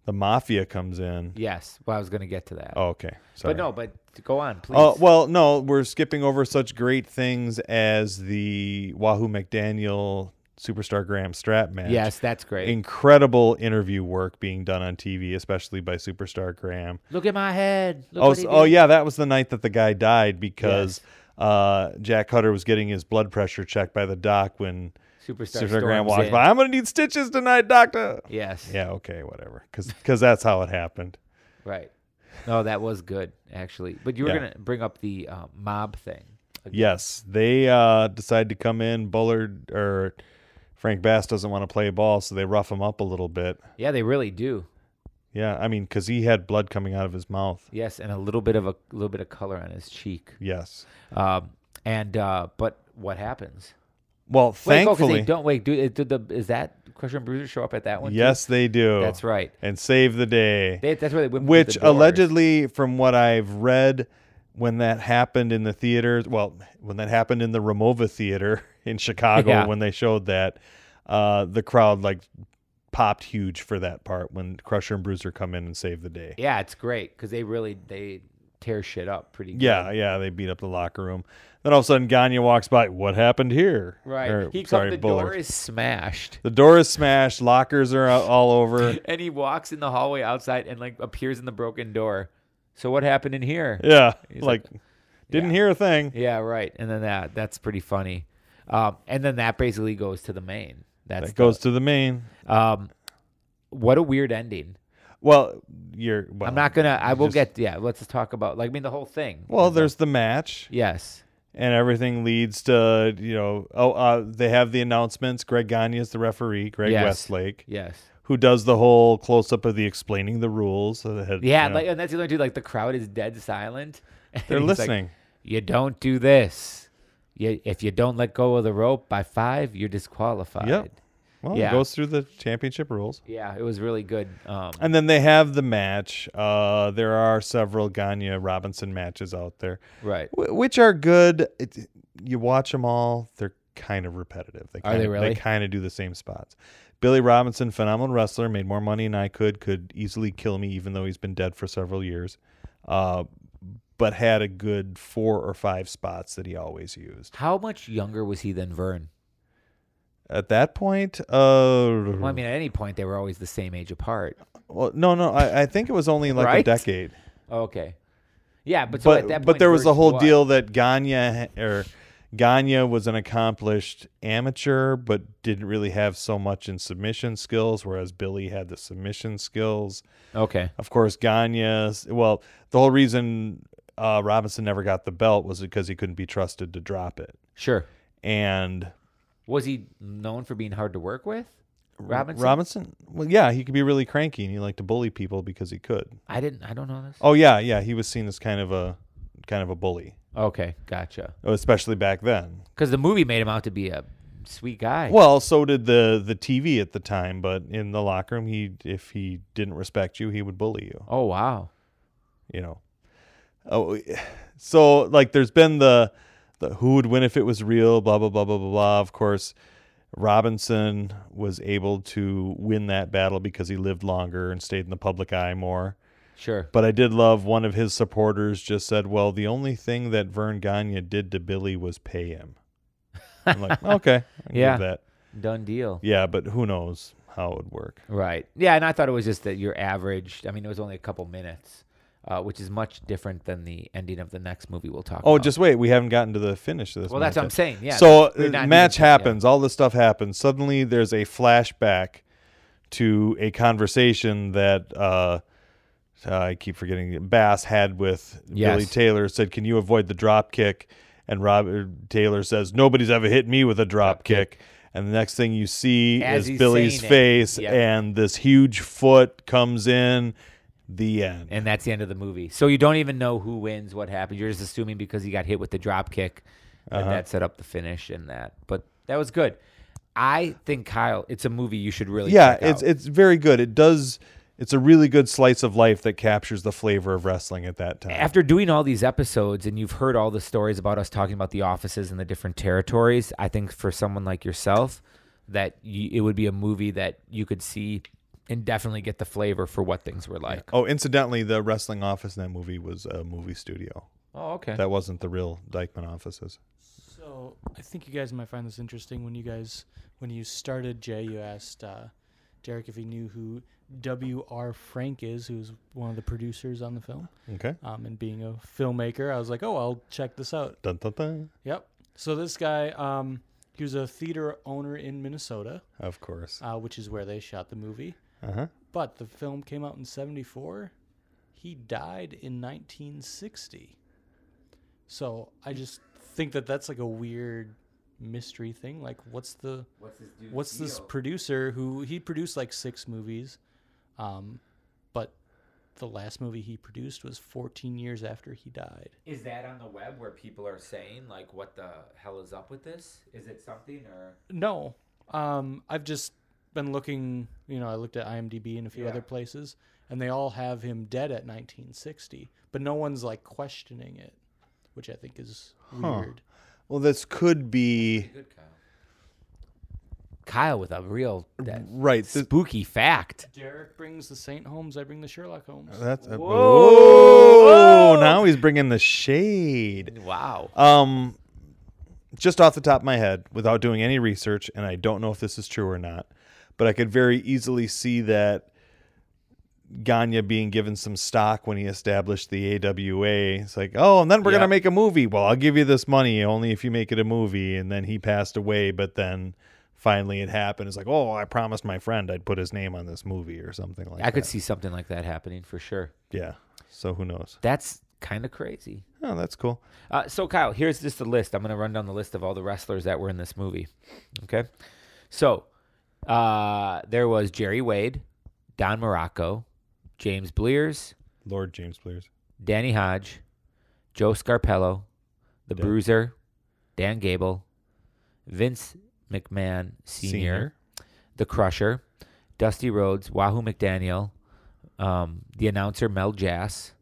the mafia comes in yes. Well, I was gonna get to that. oh, okay sorry but no, but go on, please. Oh well, no, we're skipping over such great things as the Wahoo McDaniel Superstar Graham Strap match. yes, that's great. incredible interview work being done on TV, especially by superstar Graham. Look at my head. Look Oh, what he oh did. yeah, that was the night that the guy died because uh, Jack Hutter was getting his blood pressure checked by the doc when Superstar, superstar Graham storms walked in. by. I'm gonna need stitches tonight, doctor. Yes. Yeah, okay, whatever, because that's how it happened. Right. No, that was good actually. But you were Yeah. gonna bring up the uh, mob thing. Yes, they uh, decide to come in. Bullard or Frank Bass doesn't want to play ball, so they rough him up a little bit. Yeah, they really do. Yeah, I mean, because he had blood coming out of his mouth. Yes, and a little bit of a little bit of color on his cheek. Yes. Um, And uh, but what happens? Well, Wait, oh, 'cause thankfully, they don't wait. Do, did the is that Crushing Bruiser show up at that one? too? yes, they do. that's right. And save the day. They, that's where they went. with which the doors. allegedly from what i've read when that happened in the theaters well when that happened in the ramova theater in chicago Yeah. when they showed that uh, the crowd like popped huge for that part when crusher and bruiser come in and save the day Yeah, it's great because they really they tear shit up pretty. good. yeah yeah they beat up the locker room then all of a sudden gagne walks by what happened here right. Or, he comes. sorry, the door Bullard. is smashed, the door is smashed lockers are out all over and he walks in the hallway outside and like appears in the broken door. So what happened in here? yeah like like- didn't hear a thing Yeah, right. And then that that's pretty funny. Um, and then that basically goes to the main. That's that goes to the main the, um, what a weird ending. well you're well, I'm not gonna. I you will just- get. Yeah, let's just talk about. Like, I mean, the whole thing. Well, there's the match, yes, and everything leads to you know. Oh, uh, they have the announcements. Greg Gagne is the referee. Greg Yes. Westlake, yes, who does the whole close up of the explaining the rules. So they had- yeah. you know, Like, and that's the only thing. Like, the crowd is dead silent. And they're he's like, listening. you don't do this. You, if you don't let go of the rope by five, you're disqualified. Yep. well, it yeah. goes through the championship rules, Yeah, it was really good. Um, and then they have the match. Uh, there are several Gagne Robinson matches out there, right. wh- which are good. It, you watch them all; they're kind of repetitive. They Are kinda, they really? kind of do the same spots. Billy Robinson, phenomenal wrestler, made more money than I could. Could easily kill me, even though he's been dead for several years. Uh, but had a good four or five spots that he always used. How much younger was he than Vern? At that point, uh, Well, I mean, at any point, they were always the same age apart. well, no, no, I, I think it was only like a Right? decade. Okay. Yeah, but so but at that point, but there was Vern the whole what? deal that Gagne ha- or Gagne was an accomplished amateur, but didn't really have so much in submission skills, whereas Billy had the submission skills. Okay. Of course, Gagne. Well, the whole reason uh, Robinson never got the belt was because he couldn't be trusted to drop it, Sure. and Was he known for being hard to work with? Robinson. Robinson. Well, yeah, he could be really cranky, and he liked to bully people because he could. I didn't. I don't know this. Oh yeah, yeah, he was seen as kind of a kind of a bully, Okay, gotcha. especially back then. Because the movie made him out to be a sweet guy. Well, so did the the TV at the time, but in the locker room, he if he didn't respect you, he would bully you. Oh wow. You know. Oh, so like there's been the the who would win if it was real, blah blah blah blah blah. blah. Of course, Robinson was able to win that battle because he lived longer and stayed in the public eye more. Sure. But I did love one of his supporters just said, "Well, the only thing that Vern Gagne did to Billy was pay him." I'm like, okay, I can Yeah. give that. Done deal. Yeah, but who knows how it would work. Right. Yeah, and I thought it was just that your average. I mean, it was only a couple minutes, uh, which is much different than the ending of the next movie we'll talk. Oh, about. just wait. We haven't gotten to the finish of this. Well, that's what I'm match saying. Yeah. yet. So we're uh, not match even- yeah. happens. All this stuff happens. Suddenly, there's a flashback to a conversation that uh, I keep forgetting. Bass had with Billy Yes. Taylor. Said, "Can you avoid the drop kick?" And Robert Taylor says, "Nobody's ever hit me with a drop kick." And the next thing you see As is he's Billy's saying it. face, Yep. and this huge foot comes in. The end. And that's the end of the movie. So you don't even know who wins, what happened. You're just assuming because he got hit with the drop kick that Uh-huh. that set up the finish and that. But that was good. I think Kyle, it's a movie you should really. yeah check it's out. it's very good it does it's a really good slice of life that captures the flavor of wrestling at that time after doing all these episodes and you've heard all the stories about us talking about the offices and the different territories, I think for someone like yourself, that you, it would be a movie that you could see and definitely get the flavor for what things were like. oh incidentally the wrestling office in that movie was a movie studio Oh, okay. that wasn't the real dykeman offices So I think you guys might find this interesting. When you guys, when you started Jay, you asked uh, Derek if he knew who W.R. Frank is, who's one of the producers on the film. okay Um, and being a filmmaker, I was like, oh, I'll check this out. dun, dun, dun. Yep. So this guy, um, he was a theater owner in Minnesota, of course uh, which is where they shot the movie. uh-huh But the film came out in 74. He died in 1960. So I just think that that's like a weird mystery thing. Like, what's the what's this, producer who he produced like six movies, um, but the last movie he produced was 14 years after he died. Is that on the web where people are saying like, "What the hell is up with this? Is it something or?" No, um, I've just been looking. You know, I looked at IMDb and a few Yeah. other places, and they all have him dead at 1960, but no one's like questioning it, which I think is weird. Well, this could be Good Kyle. Kyle with a real that right. This, spooky fact. Derek brings the Saint Holmes. I bring the Sherlock Holmes. that's uh, Whoa! whoa! Now he's bringing the shade. Wow. Um, just off the top of my head, without doing any research, and I don't know if this is true or not, but I could very easily see that Ganya being given some stock when he established the AWA. It's like, oh, and then we're Yeah. gonna make a movie. Well, I'll give you this money only if you make it a movie. And then he passed away, but then finally it happened. It's like, oh, I promised my friend I'd put his name on this movie or something like that. I could see something like that happening for sure. Yeah. So who knows? That's kind of crazy. Oh, that's cool. Uh, so, Kyle, here's just the list. I'm going to run down the list of all the wrestlers that were in this movie. Okay. So, uh, there was Jerry Wade, Don Morocco, James Bleers, Lord James Players. Danny Hodge, Joe Scarpello, The Yeah. Bruiser, Dan Gable, Vince McMahon Sr., The Crusher, Dusty Rhodes, Wahoo McDaniel, um, the announcer Mel Jass.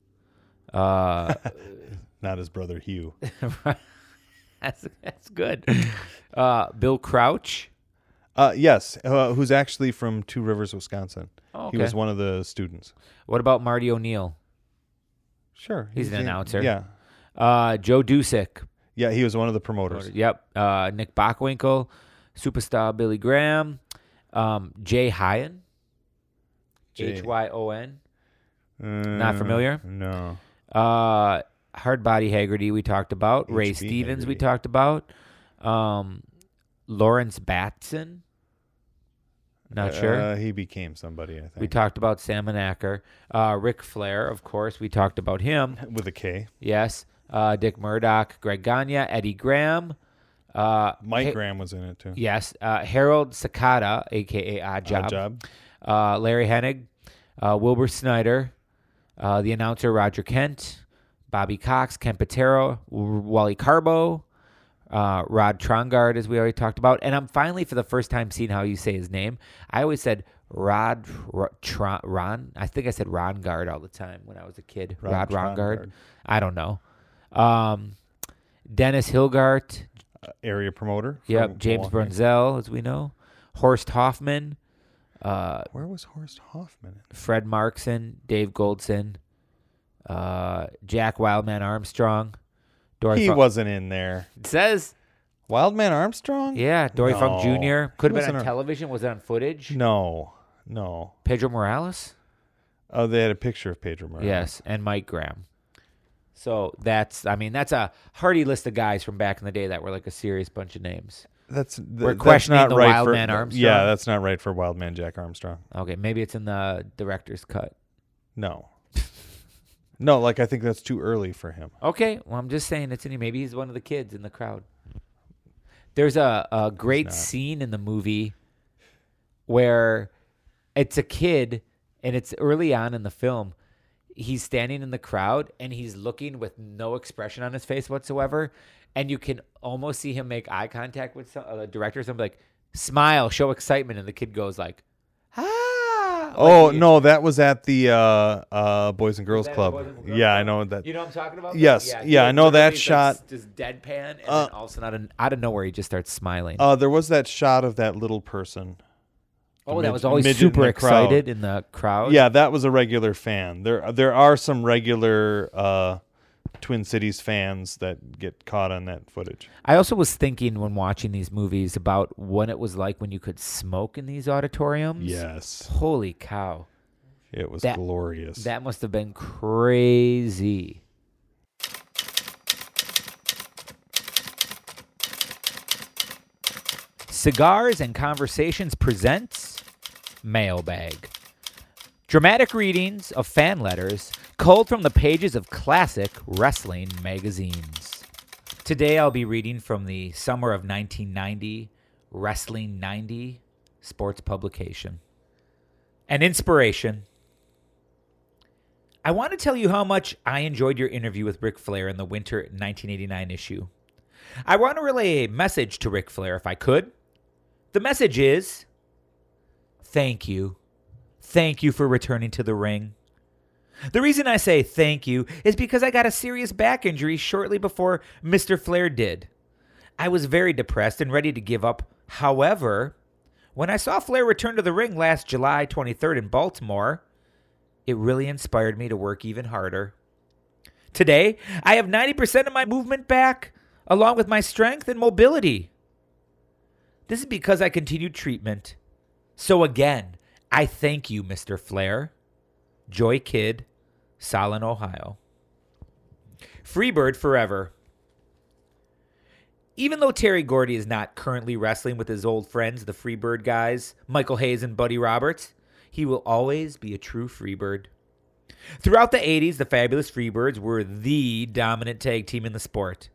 Uh, Not his brother Hugh. that's, that's good. Uh, Bill Crouch. Uh, yes, uh, who's actually from Two Rivers, Wisconsin. Oh, He was one of the students. What about Marty O'Neill? Sure, He's an the- announcer. Yeah, Uh, Joe Dusick. yeah, he was one of the promoters. Yep. Uh, Nick Bockwinkel, superstar Billy Graham, um, Jay Hyan, Jay. H Y O N. Uh, familiar? No. Uh, Hard Body Haggerty, we talked about. Ray HB Stevens, we Haggerty. talked about. Um, Lawrence Batson. Not sure. Uh, he became somebody, I think. we talked about Salmon Acker. Uh, Rick Flair, of course, we talked about him. with a K. Yes. Uh, Dick Murdoch, Greg Gagne, Eddie Graham. Uh, Mike Ha- Graham was in it too. Yes. Uh, Harold Sakata, a.k.a. Odd Job. Odd job. Uh, Larry Hennig, uh, Wilbur Snyder, uh, the announcer Roger Kent, Bobby Cox, Ken Patero, W- Wally Carbo, uh, Rod Trongard, as we already talked about. And I'm finally, for the first time, seeing how you say his name. I always said Rod Ro- Tron, Ron. I think I said Ron Guard all the time when I was a kid. Rod, Rod Rongard. Trongard. I don't know. Um, Dennis Hilgart, Uh, area promoter. from Yep, James Milwaukee. Brunzell, as we know, Horst Hoffman, uh, Where was Horst Hoffman? Fred Markson, Dave Goldson, uh, Jack Wildman Armstrong, In? Dory. He Funk- wasn't in there. It says, Wildman Armstrong. yeah, Dory Funk No. Jr. He Could have been wasn't on a- television. Was it on footage? No, no. Pedro Morales. Oh, they had a picture of Pedro Morales. Yes, and Mike Graham. So that's, I mean, that's a hearty list of guys from back in the day that were like a serious bunch of names. that's th- We're that's questioning not the right Wild for, Man Armstrong. Yeah, that's not right for Wildman Jack Armstrong. Okay, maybe it's in the director's cut. No. no, like I think that's too early for him. Okay, well, I'm just saying it's in. Maybe he's one of the kids in the crowd. There's a, a great not. scene in the movie where it's a kid, and it's early on in the film. He's standing in the crowd and he's looking with no expression on his face whatsoever, and you can almost see him make eye contact with some, uh, the director. Something like smile, show excitement, and the kid goes like, "Ah!" Like, Oh you- no, that was at the uh, uh, Boys and Girls that Club. Boys and Girls yeah, Club? I know that. You know what I'm talking about? Yes. he, Yeah, I like, know that literally is, shot. Like, s- just deadpan, and Uh, then all of a sudden, out of, out of nowhere, he just starts smiling. Uh, there was that shot of that little person. oh, mid- that was always midget in super the crowd. excited in the crowd. Yeah, that was a regular fan. There, there are some regular uh, Twin Cities fans that get caught on that footage. I also was thinking when watching these movies about what it was like when you could smoke in these auditoriums. Yes, Holy cow. it was That- glorious. That must have been crazy. Cigars and Conversations presents Mailbag. Dramatic readings of fan letters culled from the pages of classic wrestling magazines. Today I'll be reading from the summer of 1990 Wrestling 90 sports publication. An inspiration I want to tell you how much I enjoyed your interview with Ric Flair in the winter 1989 issue. I want to relay a message to Ric Flair if I could. The message is thank you. Thank you for returning to the ring. The reason I say thank you is because I got a serious back injury shortly before Mr. Flair did. I was very depressed and ready to give up. However, when I saw Flair return to the ring last July 23rd in Baltimore, it really inspired me to work even harder. Today, I have 90% of my movement back, along with my strength and mobility. This is because I continued treatment. So again, I thank you, Mr. Flair. Joy Kidd, Solon, Ohio. Freebird forever. Even though Terry Gordy is not currently wrestling with his old friends, the Freebird guys, Michael Hayes and Buddy Roberts, he will always be a true Freebird. Throughout the 80s, the Fabulous Freebirds were the dominant tag team in the sport.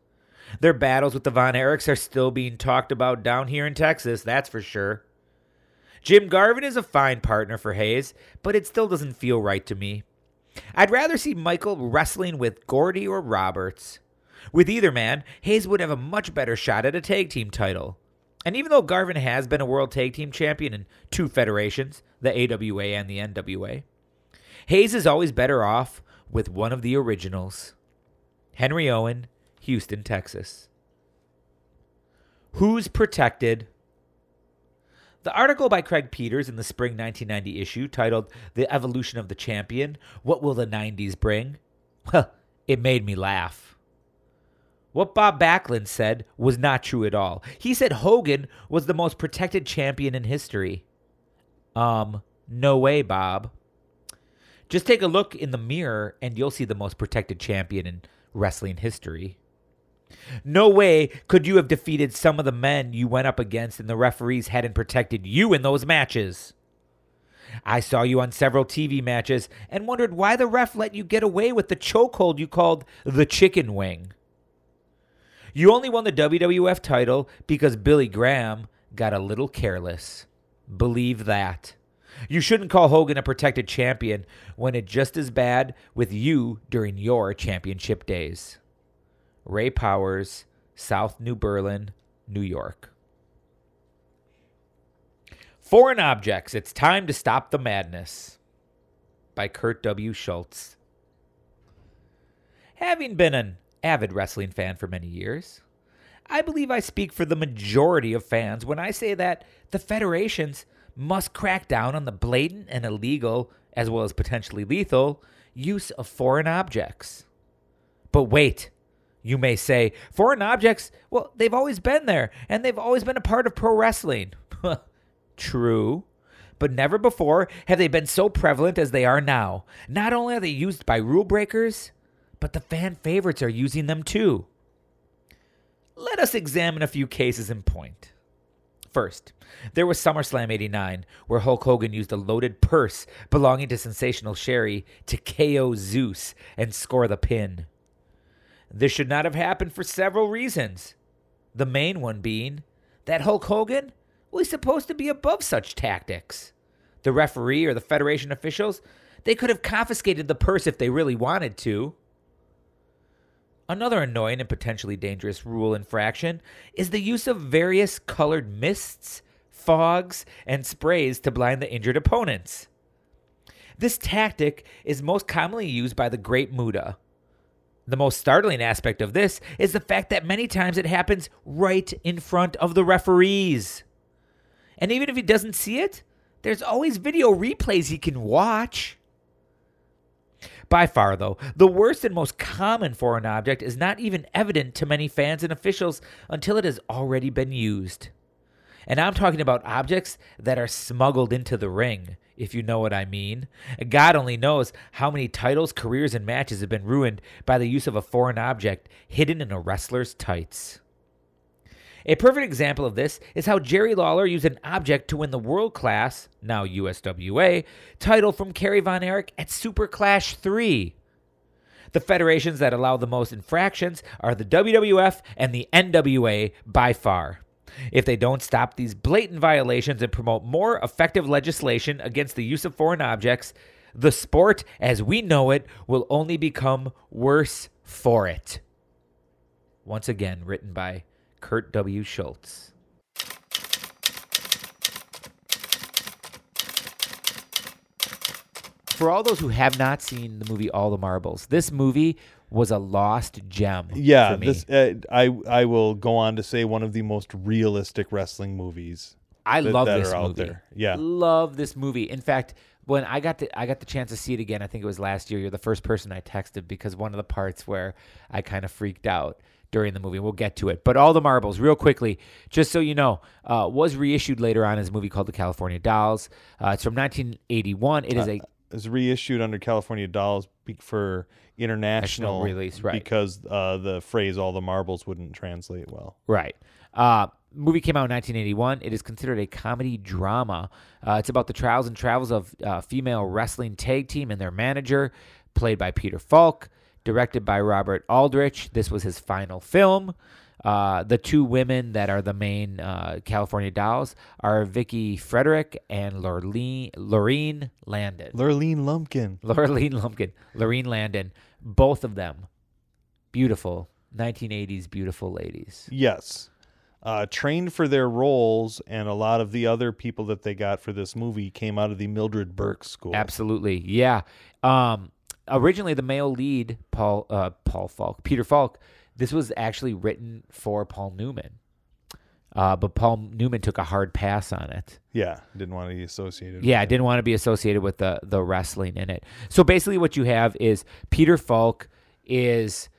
Their battles with the Von Erichs are still being talked about down here in Texas, that's for sure. Jim Garvin is a fine partner for Hayes, but it still doesn't feel right to me. I'd rather see Michael wrestling with Gordy or Roberts. With either man, Hayes would have a much better shot at a tag team title. And even though Garvin has been a world tag team champion in two federations, the AWA and the NWA, Hayes is always better off with one of the originals Henry Owen, Houston, Texas. Who's protected? The article by Craig Peters in the spring 1990 issue, titled The Evolution of the Champion What Will the 90s Bring? Well, it made me laugh. What Bob Backlund said was not true at all. He said Hogan was the most protected champion in history. Um, no way, Bob. Just take a look in the mirror and you'll see the most protected champion in wrestling history. No way could you have defeated some of the men you went up against, and the referees hadn't protected you in those matches. I saw you on several TV matches and wondered why the ref let you get away with the chokehold you called the chicken wing. You only won the WWF title because Billy Graham got a little careless. Believe that. You shouldn't call Hogan a protected champion when it just as bad with you during your championship days. Ray Powers, South New Berlin, New York. Foreign Objects, It's Time to Stop the Madness by Kurt W. Schultz. Having been an avid wrestling fan for many years, I believe I speak for the majority of fans when I say that the federations must crack down on the blatant and illegal, as well as potentially lethal, use of foreign objects. But wait, you may say, foreign objects, well, they've always been there and they've always been a part of pro wrestling. True. But never before have they been so prevalent as they are now. Not only are they used by rule breakers, but the fan favorites are using them too. Let us examine a few cases in point. First, there was SummerSlam 89, where Hulk Hogan used a loaded purse belonging to Sensational Sherry to KO Zeus and score the pin. This should not have happened for several reasons. The main one being that Hulk Hogan was supposed to be above such tactics. The referee or the Federation officials, they could have confiscated the purse if they really wanted to. Another annoying and potentially dangerous rule infraction is the use of various colored mists, fogs, and sprays to blind the injured opponents. This tactic is most commonly used by the Great Muda, the most startling aspect of this is the fact that many times it happens right in front of the referees. And even if he doesn't see it, there's always video replays he can watch. By far, though, the worst and most common foreign object is not even evident to many fans and officials until it has already been used. And I'm talking about objects that are smuggled into the ring, if you know what I mean. God only knows how many titles, careers, and matches have been ruined by the use of a foreign object hidden in a wrestler's tights. A perfect example of this is how Jerry Lawler used an object to win the world class, now USWA, title from Kerry Von Erich at Super Clash 3. The federations that allow the most infractions are the WWF and the NWA by far. If they don't stop these blatant violations and promote more effective legislation against the use of foreign objects, The sport as we know it will only become worse for it. Once again, written by Kurt W. Schultz. For all those who have not seen the movie All the Marbles, this movie was a lost gem. Yeah, for me. this uh, I I will go on to say one of the most realistic wrestling movies. I that- love that this are out movie. there. Yeah. love this movie. In fact, when I got the I got the chance to see it again, I think it was last year. You're the first person I texted because one of the parts where I kind of freaked out during the movie. We'll get to it, but all the marbles, real quickly, just so you know, uh, was reissued later on as a movie called The California Dolls. Uh, it's from 1981. It is Uh, a It's reissued under California Dolls be- for international release, right. Because uh, the phrase "all the marbles" wouldn't translate well. Right. Uh, movie came out in 1981. It is considered a comedy drama. Uh, it's about the trials and travels of uh, female wrestling tag team and their manager, played by Peter Falk, directed by Robert Aldrich. This was his final film. Uh, the two women that are the main uh, California dolls are Vicky Frederick and Lorleen, Loreen Landon. Lurleen Lumpkin. Lorleen Lumpkin, Loreen Landon, both of them beautiful 1980s beautiful ladies. Yes. Uh, trained for their roles, and a lot of the other people that they got for this movie came out of the Mildred Burke School. Absolutely, yeah. Um, originally, the male lead, Paul, uh, Paul Falk, Peter Falk. This was actually written for Paul Newman, uh, but Paul Newman took a hard pass on it. Yeah, didn't want to be associated. Yeah, I didn't want to be associated with the the wrestling in it. So basically, what you have is Peter Falk is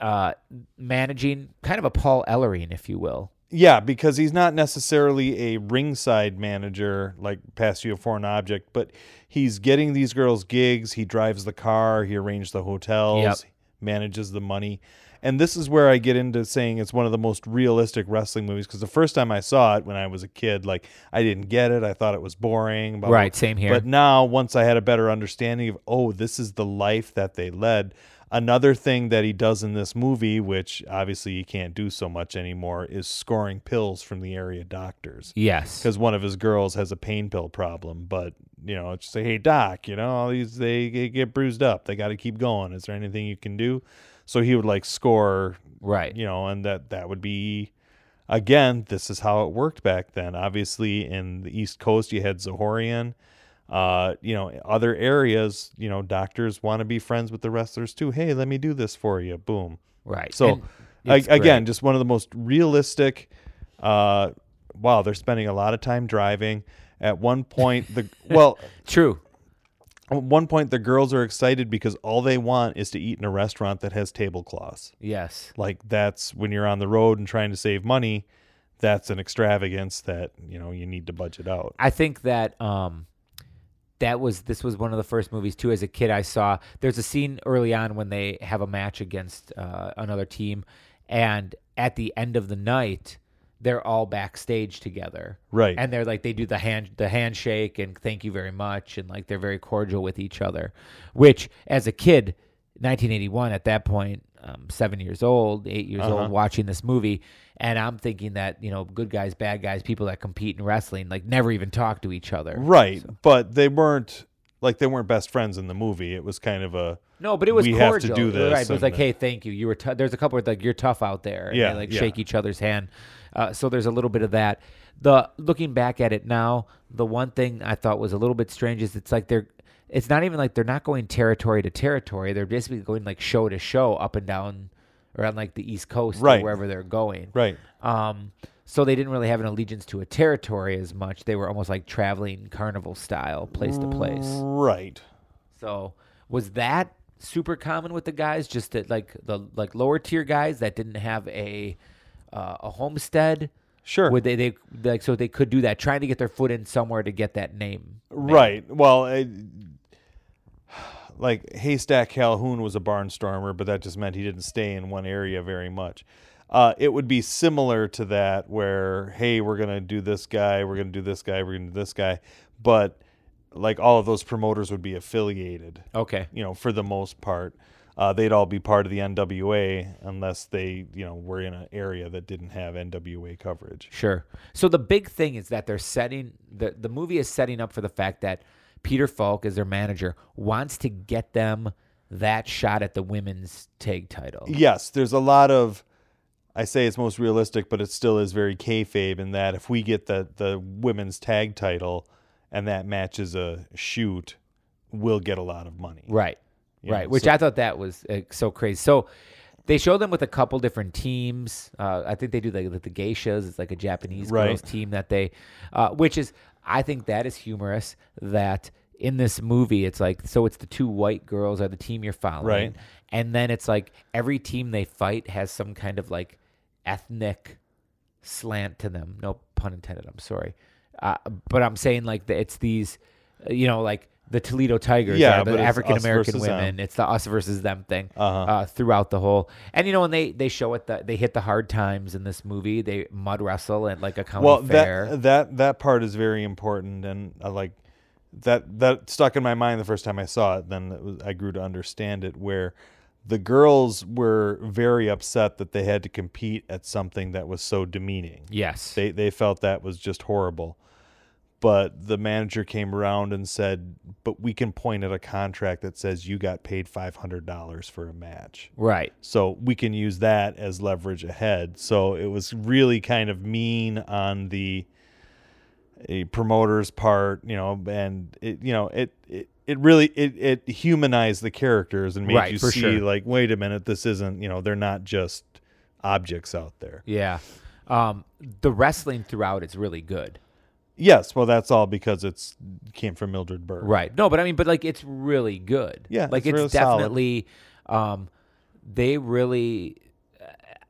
uh, managing kind of a Paul Ellering, if you will. Yeah, because he's not necessarily a ringside manager like pass you a foreign object, but he's getting these girls gigs. He drives the car, he arranges the hotels, Yep. manages the money. And this is where I get into saying it's one of the most realistic wrestling movies because the first time I saw it when I was a kid, like I didn't get it. I thought it was boring. blah, blah, Right, blah. same here. Oh, But now, once I had a better understanding of, oh, this is the life that they led. Another thing that he does in this movie, which obviously you can't do so much anymore, is scoring pills from the area doctors. Yes, Because one of his girls has a pain pill problem, but you know, it's just say, hey doc, you know, all these they, they get bruised up. They got to keep going. Is there anything you can do? So he would like score right. you know, and that that would be again, this is how it worked back then. Obviously, in the East Coast, you had Zahorian. Uh, you know, other areas, you know, doctors want to be friends with the wrestlers too. Hey, let me do this for you. Boom. Right. So, And a- it's great. again, just one of the most realistic. Uh, wow, they're spending a lot of time driving. At one point, the well, true. at one point the girls are excited because all they want is to eat in a restaurant that has tablecloths Yes. like that's when you're on the road and trying to save money that's an extravagance that you know you need to budget out I think that um that was this was one of the first movies too as a kid I saw. There's a scene early on when they have a match against uh, another team and at the end of the night they're all backstage together. Right. And they're like they do the hand the handshake and thank you very much and like they're very cordial with each other, which as a kid 1981 at that point um, seven years old, eight years Uh-huh. old, watching this movie, and I'm thinking that you know, good guys, bad guys, people that compete in wrestling, like never even talk to each other. right but they weren't like they weren't best friends in the movie it was kind of a No, but it was we cordial. have to do this Right. It was and like, the- hey, thank you. You were tou- there's a couple of like you're tough out there. And Yeah, They like yeah. shake each other's hand. Uh, so there's a little bit of that. The looking back at it now, the one thing I thought was a little bit strange is it's like they're it's not even like they're not going territory to territory. They're basically going like show to show up and down around like the East Coast Right. or wherever they're going. right Um, so they didn't really have an allegiance to a territory as much. They were almost like traveling carnival style, place to place. right So was that super common with the guys? Just that like the like lower tier guys that didn't have a uh, a homestead. sure Would they they like so they could do that, trying to get their foot in somewhere to get that name. right well it, like haystack calhoun was a barnstormer but that just meant he didn't stay in one area very much uh, it would be similar to that where hey we're gonna do this guy we're gonna do this guy we're gonna do this guy but like all of those promoters would be affiliated Okay. you know, for the most part, uh, they'd all be part of the NWA unless they, you know, were in an area that didn't have NWA coverage. Sure. So the big thing is that they're setting the the movie is setting up for the fact that Peter Falk, as their manager, wants to get them that shot at the women's tag title. Yes, there's a lot of. I say it's most realistic, but it still is very kayfabe in that if we get the the women's tag title, and that matches a shoot, we'll get a lot of money. Right. You right. know, Which so- I thought that was uh, so crazy. So they show them with a couple different teams. Uh, I think they do like the, the geishas. It's like a Japanese Right. girls team that they, uh, which is, I think that is humorous that in this movie, it's like, so it's the two white girls are the team you're following. Right. And then it's like every team they fight has some kind of like ethnic slant to them. No pun intended. I'm sorry, uh, but I'm saying like the, it's these, uh, you know, like the Toledo Tigers, Yeah, are but the it's us African American versus them. Uh-huh. women. It's the us versus them thing uh throughout the whole. And you know, when they they show it, the, they hit the hard times in this movie. They mud wrestle at like a county well fair. that uh, that that part is very important and I like that that stuck in my mind the first time I saw it then it was, I grew to understand it where the girls were very upset that they had to compete at something that was so demeaning yes, they they felt that was just horrible but the manager came around and said but we can point at a contract that says you got paid $500 for a match right. so we can use that as leverage ahead. So it was really kind of mean on the eh, promoter's part, you know, and it, you know, it, it, it really it, it humanized the characters and made Right, you for see sure. like, wait a minute, this isn't, you know, they're not just objects out there. Yeah, um, the wrestling throughout is really good. Yes, well, that's all because it's came from Mildred Berg. Right. No, but I mean, but like it's really good. Yeah, Like it's it's, real solid. definitely, um, they really,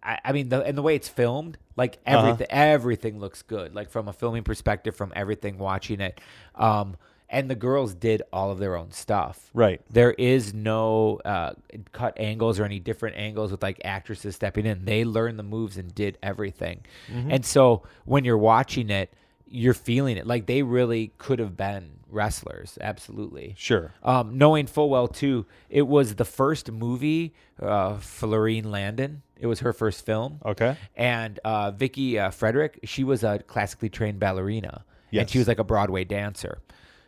I, I mean, the, and the way it's filmed, like Uh-huh. everything, everything looks good. Like from a filming perspective, from everything watching it, um, and the girls did all of their own stuff. Right. There is no uh, cut angles or any different angles with like actresses stepping in. They learned the moves and did everything. And so when you're watching it, you're feeling it. Like they really could have been wrestlers, absolutely. Sure. Um, knowing full well too, it was the first movie uh, Florine Landon. It was her first film. Okay. And uh, Vicky uh, Frederick, she was a classically trained ballerina, and she Yes. was like a Broadway dancer.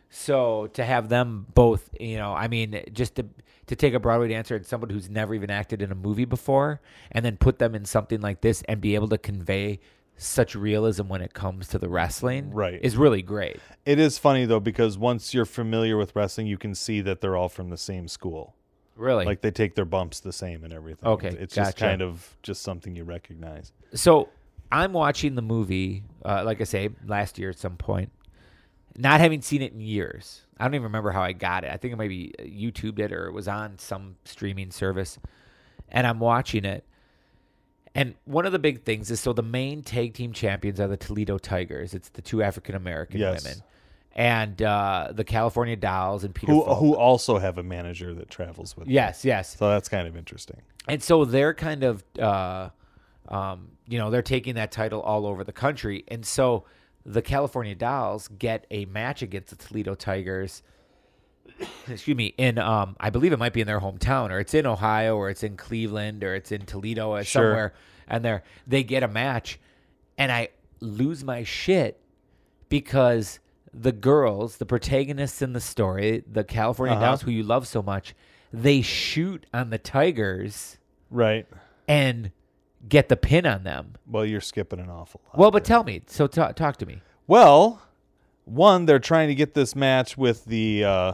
So to have them both, you know, I mean, just to to take a Broadway dancer and someone who's never even acted in a movie before, and then put them in something like this and be able to convey such realism when it comes to the wrestling, Right. is really great. It is funny though because once you're familiar with wrestling, you can see that they're all from the same school. Really, like they take their bumps the same and everything. Okay, it's, it's just gotcha. kind of just something you recognize. so I'm watching the movie, uh, like I say, last year at some point, not having seen it in years. I don't even remember how I got it. I think it maybe YouTube it or it was on some streaming service. And I'm watching it. And one of the big things is so the main tag team champions are the Toledo Tigers. It's the two African American Yes. women. And uh, the California Dolls and Peter Who Falk. who also have a manager that travels with. them. Yes, yes. So that's kind of interesting. And so they're kind of, uh, um, you know, they're taking that title all over the country. And so the California Dolls get a match against the Toledo Tigers. Excuse me. In um, I believe it might be in their hometown, or it's in Ohio, or it's in Cleveland, or it's in Toledo, or Sure. somewhere. And they they get a match, and I lose my shit because the girls, the protagonists in the story, the California Dolls, who you love so much, they shoot on the Tigers Right. and get the pin on them. Well, you're skipping an awful lot. Well, but tell me. So ta talk to me. Well, one they're trying to get this match with the uh,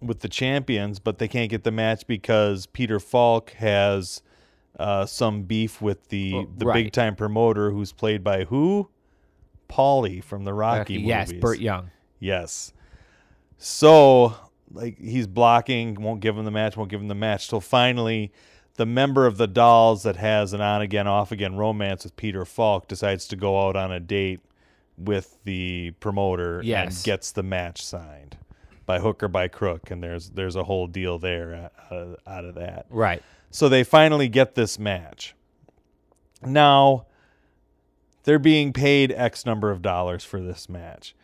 with the champions, but they can't get the match because Peter Falk has uh, some beef with the Well, the Oh, right. big time promoter who's played by who? Paulie from the Rocky, movies. yes, Burt Young. Yes. So, like, he's blocking, won't give him the match, won't give him the match. Till finally, the member of the Dolls that has an on again, off again romance with Peter Falk decides to go out on a date with the promoter Yes. and gets the match signed by hook or by crook. And there's there's a whole deal there out of, out of that. Right. So they finally get this match. Now, they're being paid X number of dollars for this match.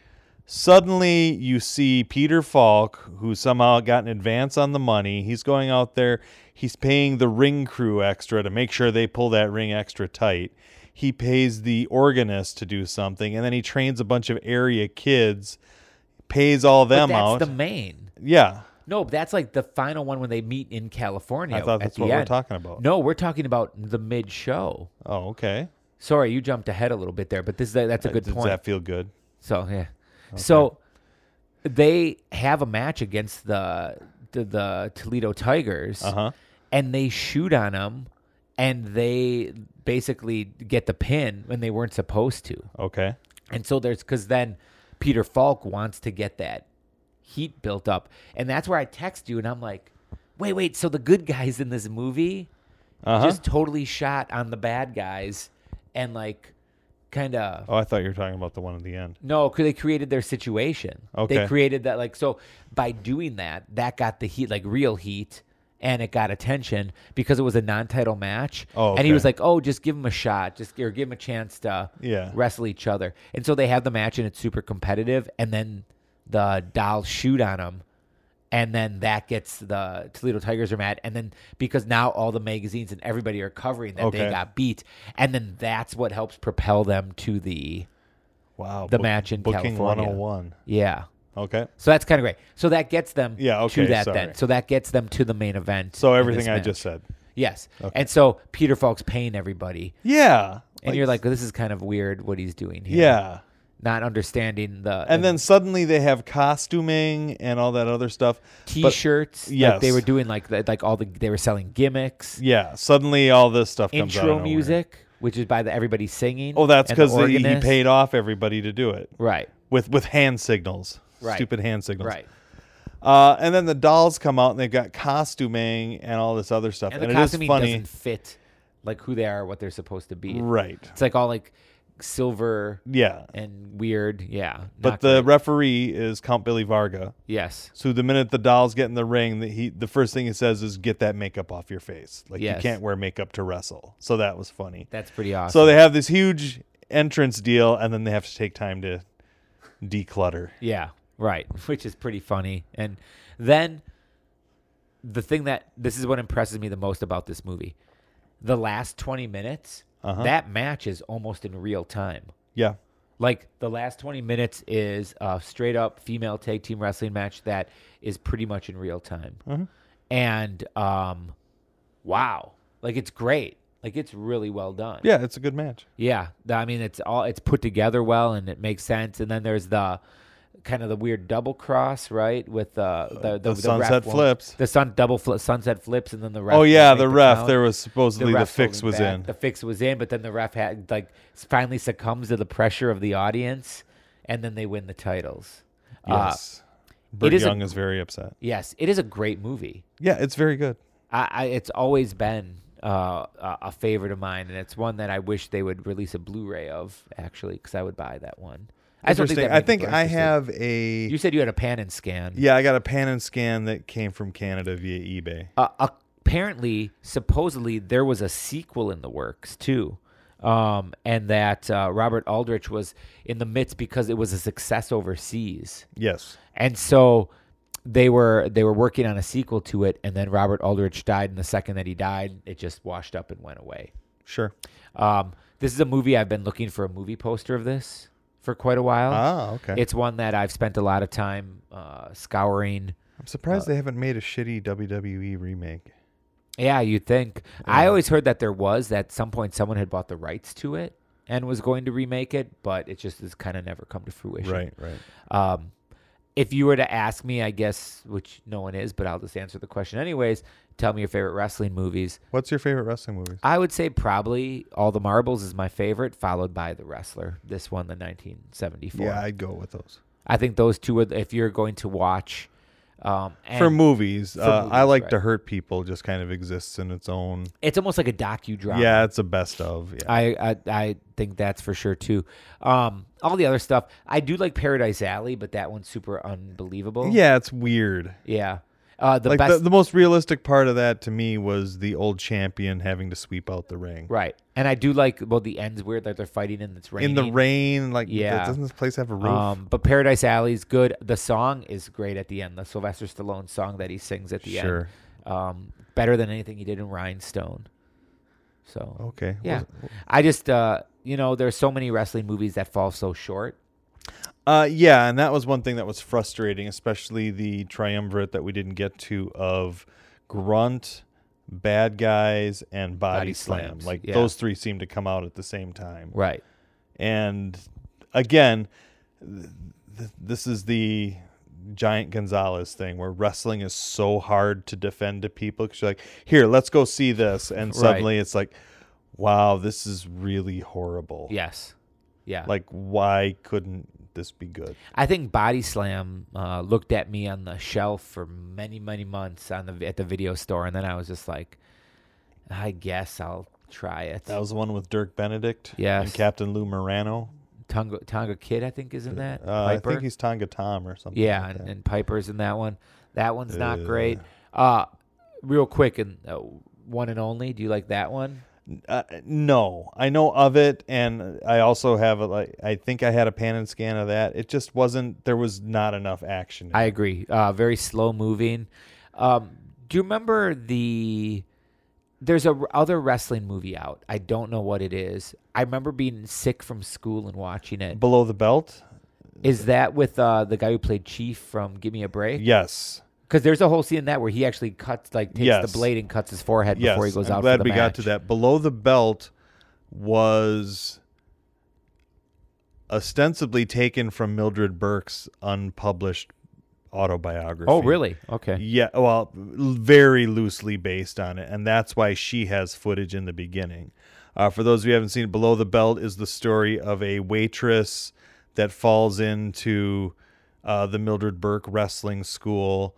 Suddenly, you see Peter Falk, who somehow got an advance on the money. He's going out there, he's paying the ring crew extra to make sure they pull that ring extra tight. He pays the organist to do something, and then he trains a bunch of area kids pays all But them that's out. the main. yeah. No, but that's like the final one when they meet in California. I thought at that's the what we're end. talking about. No, we're talking about the mid show. Oh, okay. Sorry, you jumped ahead a little bit there, but this is that's a good Does point. that feel good? So yeah, so they have a match against the the, the Toledo Tigers, Uh huh. and they shoot on them, and they basically get the pin when they weren't supposed to. Okay. And so there's because then Peter Falk wants to get that heat built up, and that's where I text you, and I'm like, wait, wait, so the good guys in this movie Uh huh. just totally shot on the bad guys, and like kind of Oh, I thought you were talking about the one at the end. no, 'cause they created their situation. Okay. They created that like so by doing that, that got the heat like real heat and it got attention because it was a non-title match. Oh, And he was okay. like, "Oh, just give him a shot. Just or give him a chance to Yeah. wrestle each other." And so they have the match and it's super competitive and then the doll shoot on him. And then that gets the Toledo Tigers are mad. And then because now all the magazines and everybody are covering that they Okay. got beat. And then that's what helps propel them to the Wow. The match in Booking California. 101. yeah. Okay. So that's kind of great. So that gets them Yeah, okay, to that sorry. then. So that gets them to the main event. So in this everything I match. just said. Yes. And so Peter Falk's paying everybody. Yeah. And you're like, this is kind of weird what he's doing here. yeah. Not understanding the And the then suddenly they have costuming and all that other stuff. But- t-shirts. like yes. they were doing like the- like all the they were selling gimmicks, yeah. Suddenly all this stuff comes out. of intro nowhere. music, which is by the everybody singing. Oh, that's and the because he organist. paid off everybody to do it Right. with with hand signals. Right. Stupid hand signals. Right. Uh, and then the dolls come out and they've got costuming and all this other stuff. And And, the it is costuming funny. doesn't fit like who they are, what they're supposed to be. Right. It's like all like silver Yeah. and weird. Yeah. But not the great. referee is Count Billy Varga. yes. So the minute the dolls get in the ring, that he the first thing he says is get that makeup off your face. Like Yes. you can't wear makeup to wrestle. So that was funny. That's pretty awesome. So they have this huge entrance deal and then they have to take time to declutter. yeah, right, which is pretty funny. And then the thing that this is what impresses me the most about this movie. The last 20 minutes, Uh-huh. that match is almost in real time. Yeah. Like the last 20 minutes is a straight up female tag team wrestling match that is pretty much in real time. Mm-hmm. And um wow. Like it's great. Like it's really well done. Yeah, it's a good match. Yeah, th- I mean it's all it's put together well and it makes sense. And then there's the kind of the weird double cross, right? With uh, the, the, the sunset ref won't- flips. the sun double fli sunset flips, and then the ref. oh yeah, won't the make ref. count. there was supposedly the, ref's fix holding was back. in. The fix was in, but then the ref had like s- finally succumbs to the pressure of the audience, and then they win the titles. Uh, yes. Burt is a- Young is very upset. yes, it is a great movie. Yeah, it's very good. I, I it's always been uh, a a favorite of mine, and it's one that I wish they would release a Blu-ray of actually, because I would buy that one. I just don't think Interesting. that I many think people are I interested. have a You said you had a pan and scan. Yeah, I got a pan and scan that came from Canada via eBay. Uh, apparently, supposedly, there was a sequel in the works too, um, and that uh, Robert Aldrich was in the midst because it was a success overseas. Yes. and so they were they were working on a sequel to it and then robert aldrich died and the second that he died it just washed up and went away Sure. um, this is a movie i've been looking for a movie poster of this for quite a while Ah, okay. it's one that i've spent a lot of time uh, scouring I'm surprised they haven't made a shitty WWE remake. yeah you'd think i always heard that there was that at some point someone had bought the rights to it and was going to remake it but it just has kind of never come to fruition right. Um, if you were to ask me, I guess, which no one is, but I'll just answer the question anyways. Tell me your favorite wrestling movies. What's your favorite wrestling movie? I would say probably All the Marbles is my favorite, followed by The Wrestler. This one, the 1974. Yeah, I, I'd go with those. think those two are, if you're going to watch. Um, and for movies, uh, I movies, like right. to hurt people. Just kind of exists in its own. it's almost like a docudrama. Yeah, it's a best of. Yeah, I, I I think that's for sure too. Um, all the other stuff, I do like Paradise Alley, but that one's super unbelievable. yeah, it's weird. yeah. Uh, the like best the, the most realistic part of that to me was the old champion having to sweep out the ring Right. And I do like well the end's weird that they're fighting and it's raining. in the rain. Like, Yeah. yeah, doesn't this place have a roof? Um, but Paradise Alley's good. The song is great at the end. The Sylvester Stallone song that he sings at the Sure. end. Um, better than anything he did in Rhinestone. So okay. yeah, Was- I just uh, you know there's so many wrestling movies that fall so short. Uh, yeah, and that was one thing that was frustrating, especially the triumvirate that we didn't get to of grunt, bad guys, and body, Body slam. slams, Like yeah. those three seem to come out at the same time. Right. And again, th- th- this is the giant Gonzalez thing where wrestling is so hard to defend to people because you're like, here, let's go see this, and Right. suddenly it's like, wow, this is really horrible. Yes. Yeah. Like, why couldn't this be good? I think Body Slam uh, looked at me on the shelf for many, many months on the at the video store, and then I was just like, I guess I'll try it. That was the one with Dirk Benedict Yes. and Captain Lou Morano. Tonga Tonga Kid, I think, is in that. Uh, I Piper? think he's Tonga Tom or something. yeah, like and, that. and Piper's in that one. That one's not great. Uh, real quick and uh, one and only. Do you like that one? Uh, no, I know of it, and I also have a, like I think I had a pan and scan of that. It just wasn't. There was not enough action. in I it. agree. Uh, very slow moving. Um, do you remember the? There's a r- other wrestling movie out. I don't know what it is. I remember being sick from school and watching it. below the belt. Is that with uh, the guy who played Chief from Give Me a Break? Yes, Because there's a whole scene in that where he actually cuts, like, takes Yes. the blade and cuts his forehead yes. before he goes I'm out. glad for the we got match. to that. Below the belt was ostensibly taken from Mildred Burke's unpublished autobiography. Oh, really? Okay. Yeah, well, very loosely based on it, and that's why she has footage in the beginning. Uh, for those of you who haven't seen it, Below the Belt is the story of a waitress that falls into uh, the Mildred Burke wrestling school.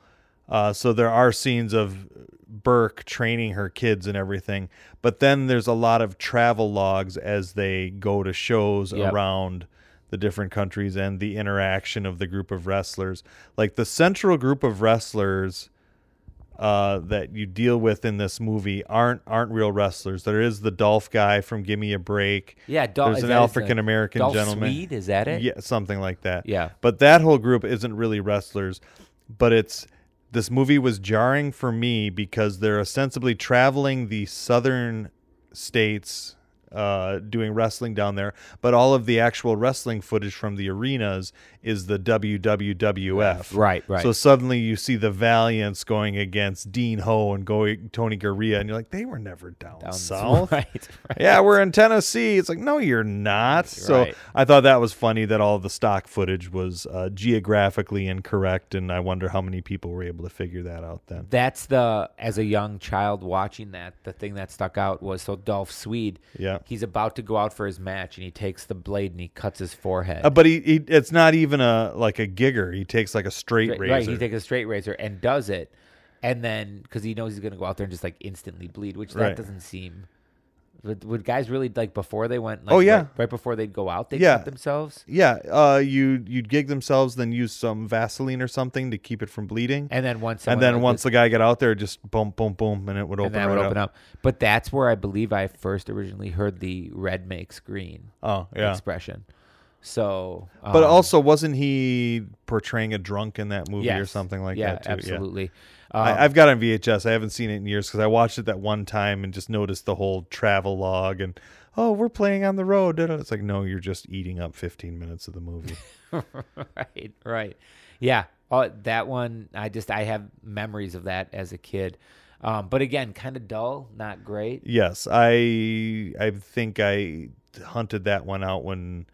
Uh, so there are scenes of Burke training her kids and everything, but then there's a lot of travel logs as they go to shows Yep. around the different countries and the interaction of the group of wrestlers. Like the central group of wrestlers uh, that you deal with in this movie aren't aren't real wrestlers. There is the Dolph guy from Give Me a Break. Yeah, Dol- there's is an that his, uh, African American Dolph gentleman. Swede, is that it? Yeah, something like that. Yeah. But that whole group isn't really wrestlers, but it's this movie was jarring for me because they're ostensibly traveling the southern states uh, doing wrestling down there, but all of the actual wrestling footage from the arenas is the WWWF. Right, right. So suddenly you see the Valiants going against Dean Ho and going Tony Garea, and you're like, they were never down, Down south. Right, right. Yeah, we're in Tennessee. It's like, no, you're not. So Right. I thought that was funny that all the stock footage was uh, geographically incorrect, and I wonder how many people were able to figure that out then. That's the as a young child watching that the thing that stuck out was so Dolph Swede. Yeah. he's about to go out for his match and he takes the blade and he cuts his forehead. Uh, but he, he, it's not even a like a gigger. He takes like a straight Right, razor. right, he takes a straight razor and does it, and then because he knows he's gonna go out there and just like instantly bleed, which that Right. doesn't seem. Would, would guys really like before they went? Like, Oh, yeah. right, right before they'd go out, they Yeah. cut themselves, yeah, uh, you you'd gig themselves, then use some Vaseline or something to keep it from bleeding, and then once and someone then like once this- the guy got out there, just boom, boom, boom, and it would open and that right would open up. But that's where I believe I first originally heard the red makes green Oh yeah. expression. So, But um, also, wasn't he portraying a drunk in that movie or Yes. something like yeah, that? Too? Yeah. Absolutely. I, Um, I've got it on VHS. I haven't seen it in years because I watched it that one time and just noticed the whole travel log and oh, we're playing on the road. da, da. It's like no, you're just eating up 15 minutes of the movie. right, right. Yeah. Oh, that one, I just, I have memories of that as a kid. Um, but again, kind of dull, not great. yes, I I think I hunted that one out when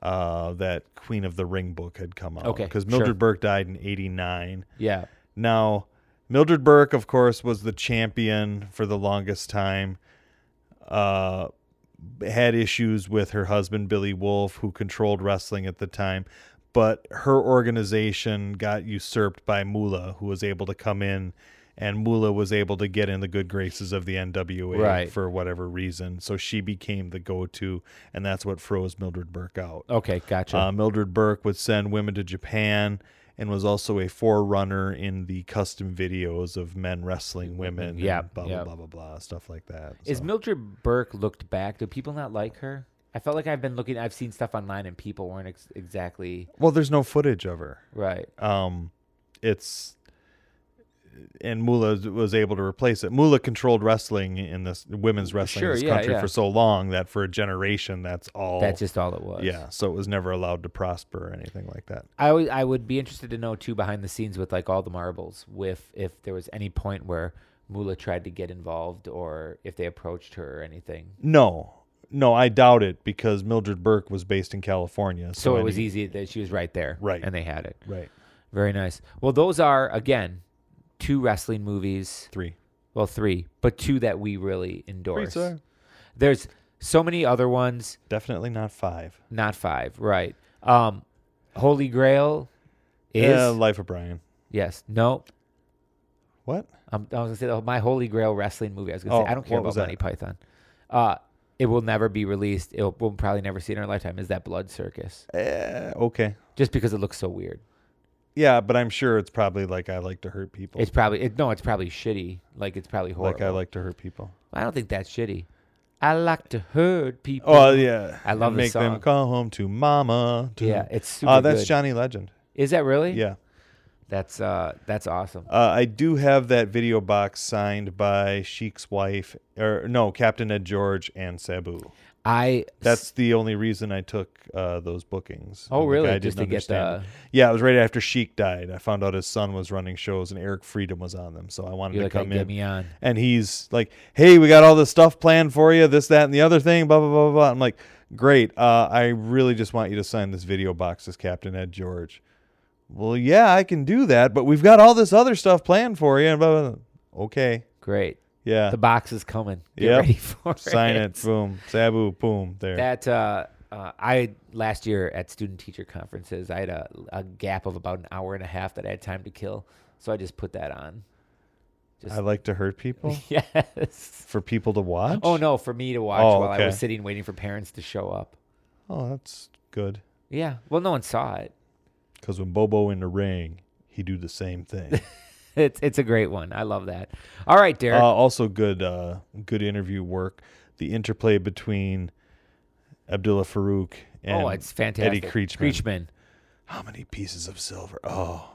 uh, that Queen of the Ring book had come out. Okay, because sure. Mildred Burke died in '89. Yeah. Now, Mildred Burke, of course, was the champion for the longest time. Uh, had issues with her husband, Billy Wolf, who controlled wrestling at the time. But her organization got usurped by Moolah, who was able to come in, and Moolah was able to get in the good graces of the NWA Right. for whatever reason. So she became the go to, and that's what froze Mildred Burke out. Okay. Gotcha. Uh, Mildred Burke would send women to Japan and was also a forerunner in the custom videos of men wrestling women. and Mm-hmm. Yep, Blah, yep. blah, blah, blah, blah, stuff like that. Is so. Mildred Burke looked back? Do people not like her? I felt like I've been looking, I've seen stuff online and people weren't ex- exactly well, there's no footage of her. right. Um, it's Um, and Mula was able to replace it. Mula controlled wrestling in this women's wrestling Sure, in this yeah, country yeah. for so long that for a generation that's all That's just all it was. yeah, so it was never allowed to prosper or anything like that. I always- I would be interested to know too behind the scenes with like all the marbles, with if there was any point where Mula tried to get involved or if they approached her or anything. No, no, I doubt it because Mildred Burke was based in California, so, So it any- was easy that she was right there, Right. And they had it. Right, Very nice. Well, those are again two wrestling movies. three. Well, three, but two that we really endorse. sir. There's so many other ones, Definitely not five. not five, right? Um, Holy Grail is Yeah, Eh, Life of Brian. yes, no. What? Um, I was gonna say the, my Holy Grail wrestling movie. I was gonna Oh, say I don't care what was about Monty that? Python. Uh, it will never be released. It will we'll probably never see it in our lifetime. Is that Blood Circus? Eh, okay. Just because it looks so weird. Yeah, but I'm sure it's probably like I like to hurt people. It's probably it, no. It's probably shitty. Like it's probably horrible. like I like to hurt people. I don't think that's shitty. I like to hurt people. Oh yeah, I love the make them song. call home to mama. Dude. Yeah, it's super Uh, that's good. Johnny Legend. Is that really? Yeah, That's uh that's awesome. uh, I do have that video box signed by Sheik's wife, or no, Captain Ed George and Sabu. I That's the only reason I took uh, those bookings. Oh, The really? guy didn't Just to get understand the- it. Yeah, it was right after Sheik died. I found out his son was running shows and Eric Freedom was on them, so I wanted You're to like, come "Hey, get in. me on." And he's like, "Hey, we got all this stuff planned for you. This, that, and the other thing. Blah blah blah blah." blah. I'm like, "Great. Uh, I really just want you to sign this video box as Captain Ed George." Well, yeah, I can do that, but we've got all this other stuff planned for you. And blah, blah, blah. Okay, great. yeah, The box is coming. Get Yep. ready for sign it. Boom, Sabu. Boom. There. That uh, uh, I last year at student teacher conferences, I had a, a gap of about an hour and a half that I had time to kill, so I just put that on. I like to hurt people Yes. for people to watch. Oh no, for me to watch Oh, while I was okay. sitting waiting for parents to show up. Oh, that's good. Yeah. Well, no one saw it. Because when Bobo in the ring, he do the same thing. It's it's a great one. I love that. All right, uh, Derek. also, good, uh, good interview work. The interplay between Abdullah Farouk and oh, it's fantastic. Eddie Creechman. Creechman. How many pieces of silver? Oh,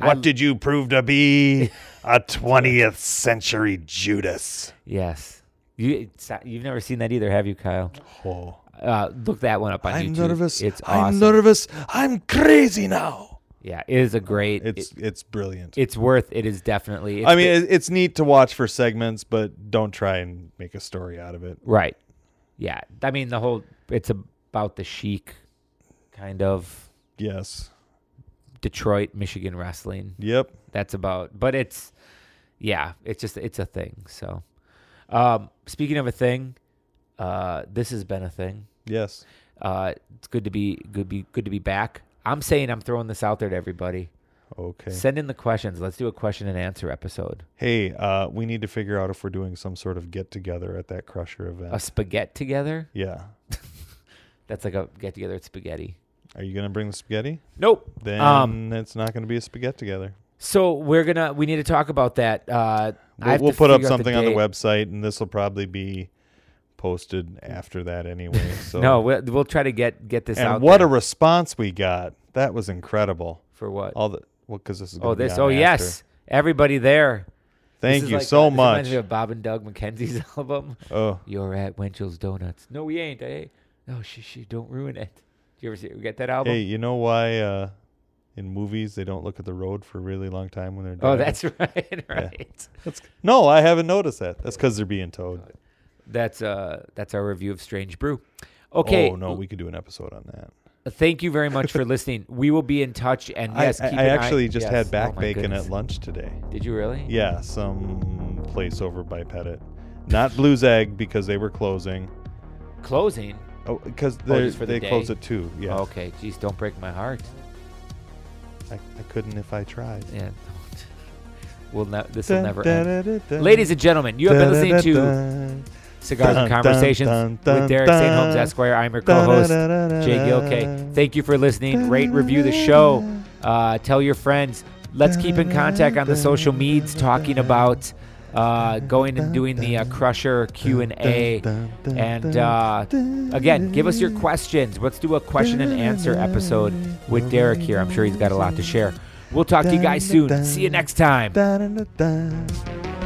I- what did you prove to be? A twentieth century Judas. Yes. You it's, uh, you've never seen that either, have you, Kyle? Oh, Uh, look that one up on I'm YouTube. nervous. It's awesome. I'm nervous. I'm crazy now. Yeah, it is a great. It's It's it's brilliant. it's worth. It is definitely. It's I mean, the- it, it's neat to watch for segments, but don't try and make a story out of it. right. Yeah, I mean the whole. It's about the chic, kind of Yes. Detroit, Michigan wrestling. Yep. That's about. But it's, yeah, it's just it's a thing. So, um, speaking of a thing, uh, this has been a thing. Yes. Uh, it's good to be good be good to be back. I'm saying I'm throwing this out there to everybody. Okay. Send in the questions. Let's do a question and answer episode. hey, uh, we need to figure out if we're doing some sort of get together at that Crusher event. A spaghetti together? yeah. That's like a get together at spaghetti. Are you gonna bring the spaghetti? Nope. Then Um, it's not gonna be a spaghetti together. So we're gonna we need to talk about that. Uh, I We'll, have we'll to put up figure out something on the date. website, and this will probably be posted after that anyway. So No, we'll, we'll try to get get this out. and what there. a response we got! That was incredible. for what? All the well, because this is gonna oh, be this. on Oh, after. yes, everybody there. This Thank is you like- so this much. Reminds me of Bob and Doug McKenzie's album. Oh, You're at Winchell's Donuts. No, we ain't. Eh? No, she she don't ruin it. Do you ever see? We got that album. hey, you know why uh, in movies they don't look at the road for a really long time when they're oh, driving? that's right, right. that's no, I haven't noticed that. That's because they're being towed. That's uh that's our review of Strange Brew. Okay. Oh no, we could do an episode on that. Thank you very much for listening. We will be in touch. And I- yes, I, keep I an eye- actually just yes. had back Oh, my bacon goodness. at lunch today. Did you really? Yeah, some place over by Pettit, not Blue's Egg because they were closing. Closing. Oh, because Oh, they just for the they close day? Oh, at two. Yeah, Okay. Geez, don't break my heart. I, I couldn't if I tried. Yeah. Don't. We'll ne- this will never end. Da-da-da-da. Ladies and gentlemen, you have been listening to Da-da-da-da. Cigars Dun, and dun, Conversations dun, dun, with Derek dun. St. Holmes Esquire. I'm your co-host, Da-da-da-da-da. Jay Gilkay. Thank you for listening. Rate, review the show. Uh, tell your friends. Let's keep in contact on the social medias, talking about uh, going and doing the uh, Crusher Q and A. And uh, again, give us your questions. Let's do a question and answer episode with Derek here. I'm sure he's got a lot to share. We'll talk to you guys soon. Dun-dun-dun. See you next time. Da-da-da-da.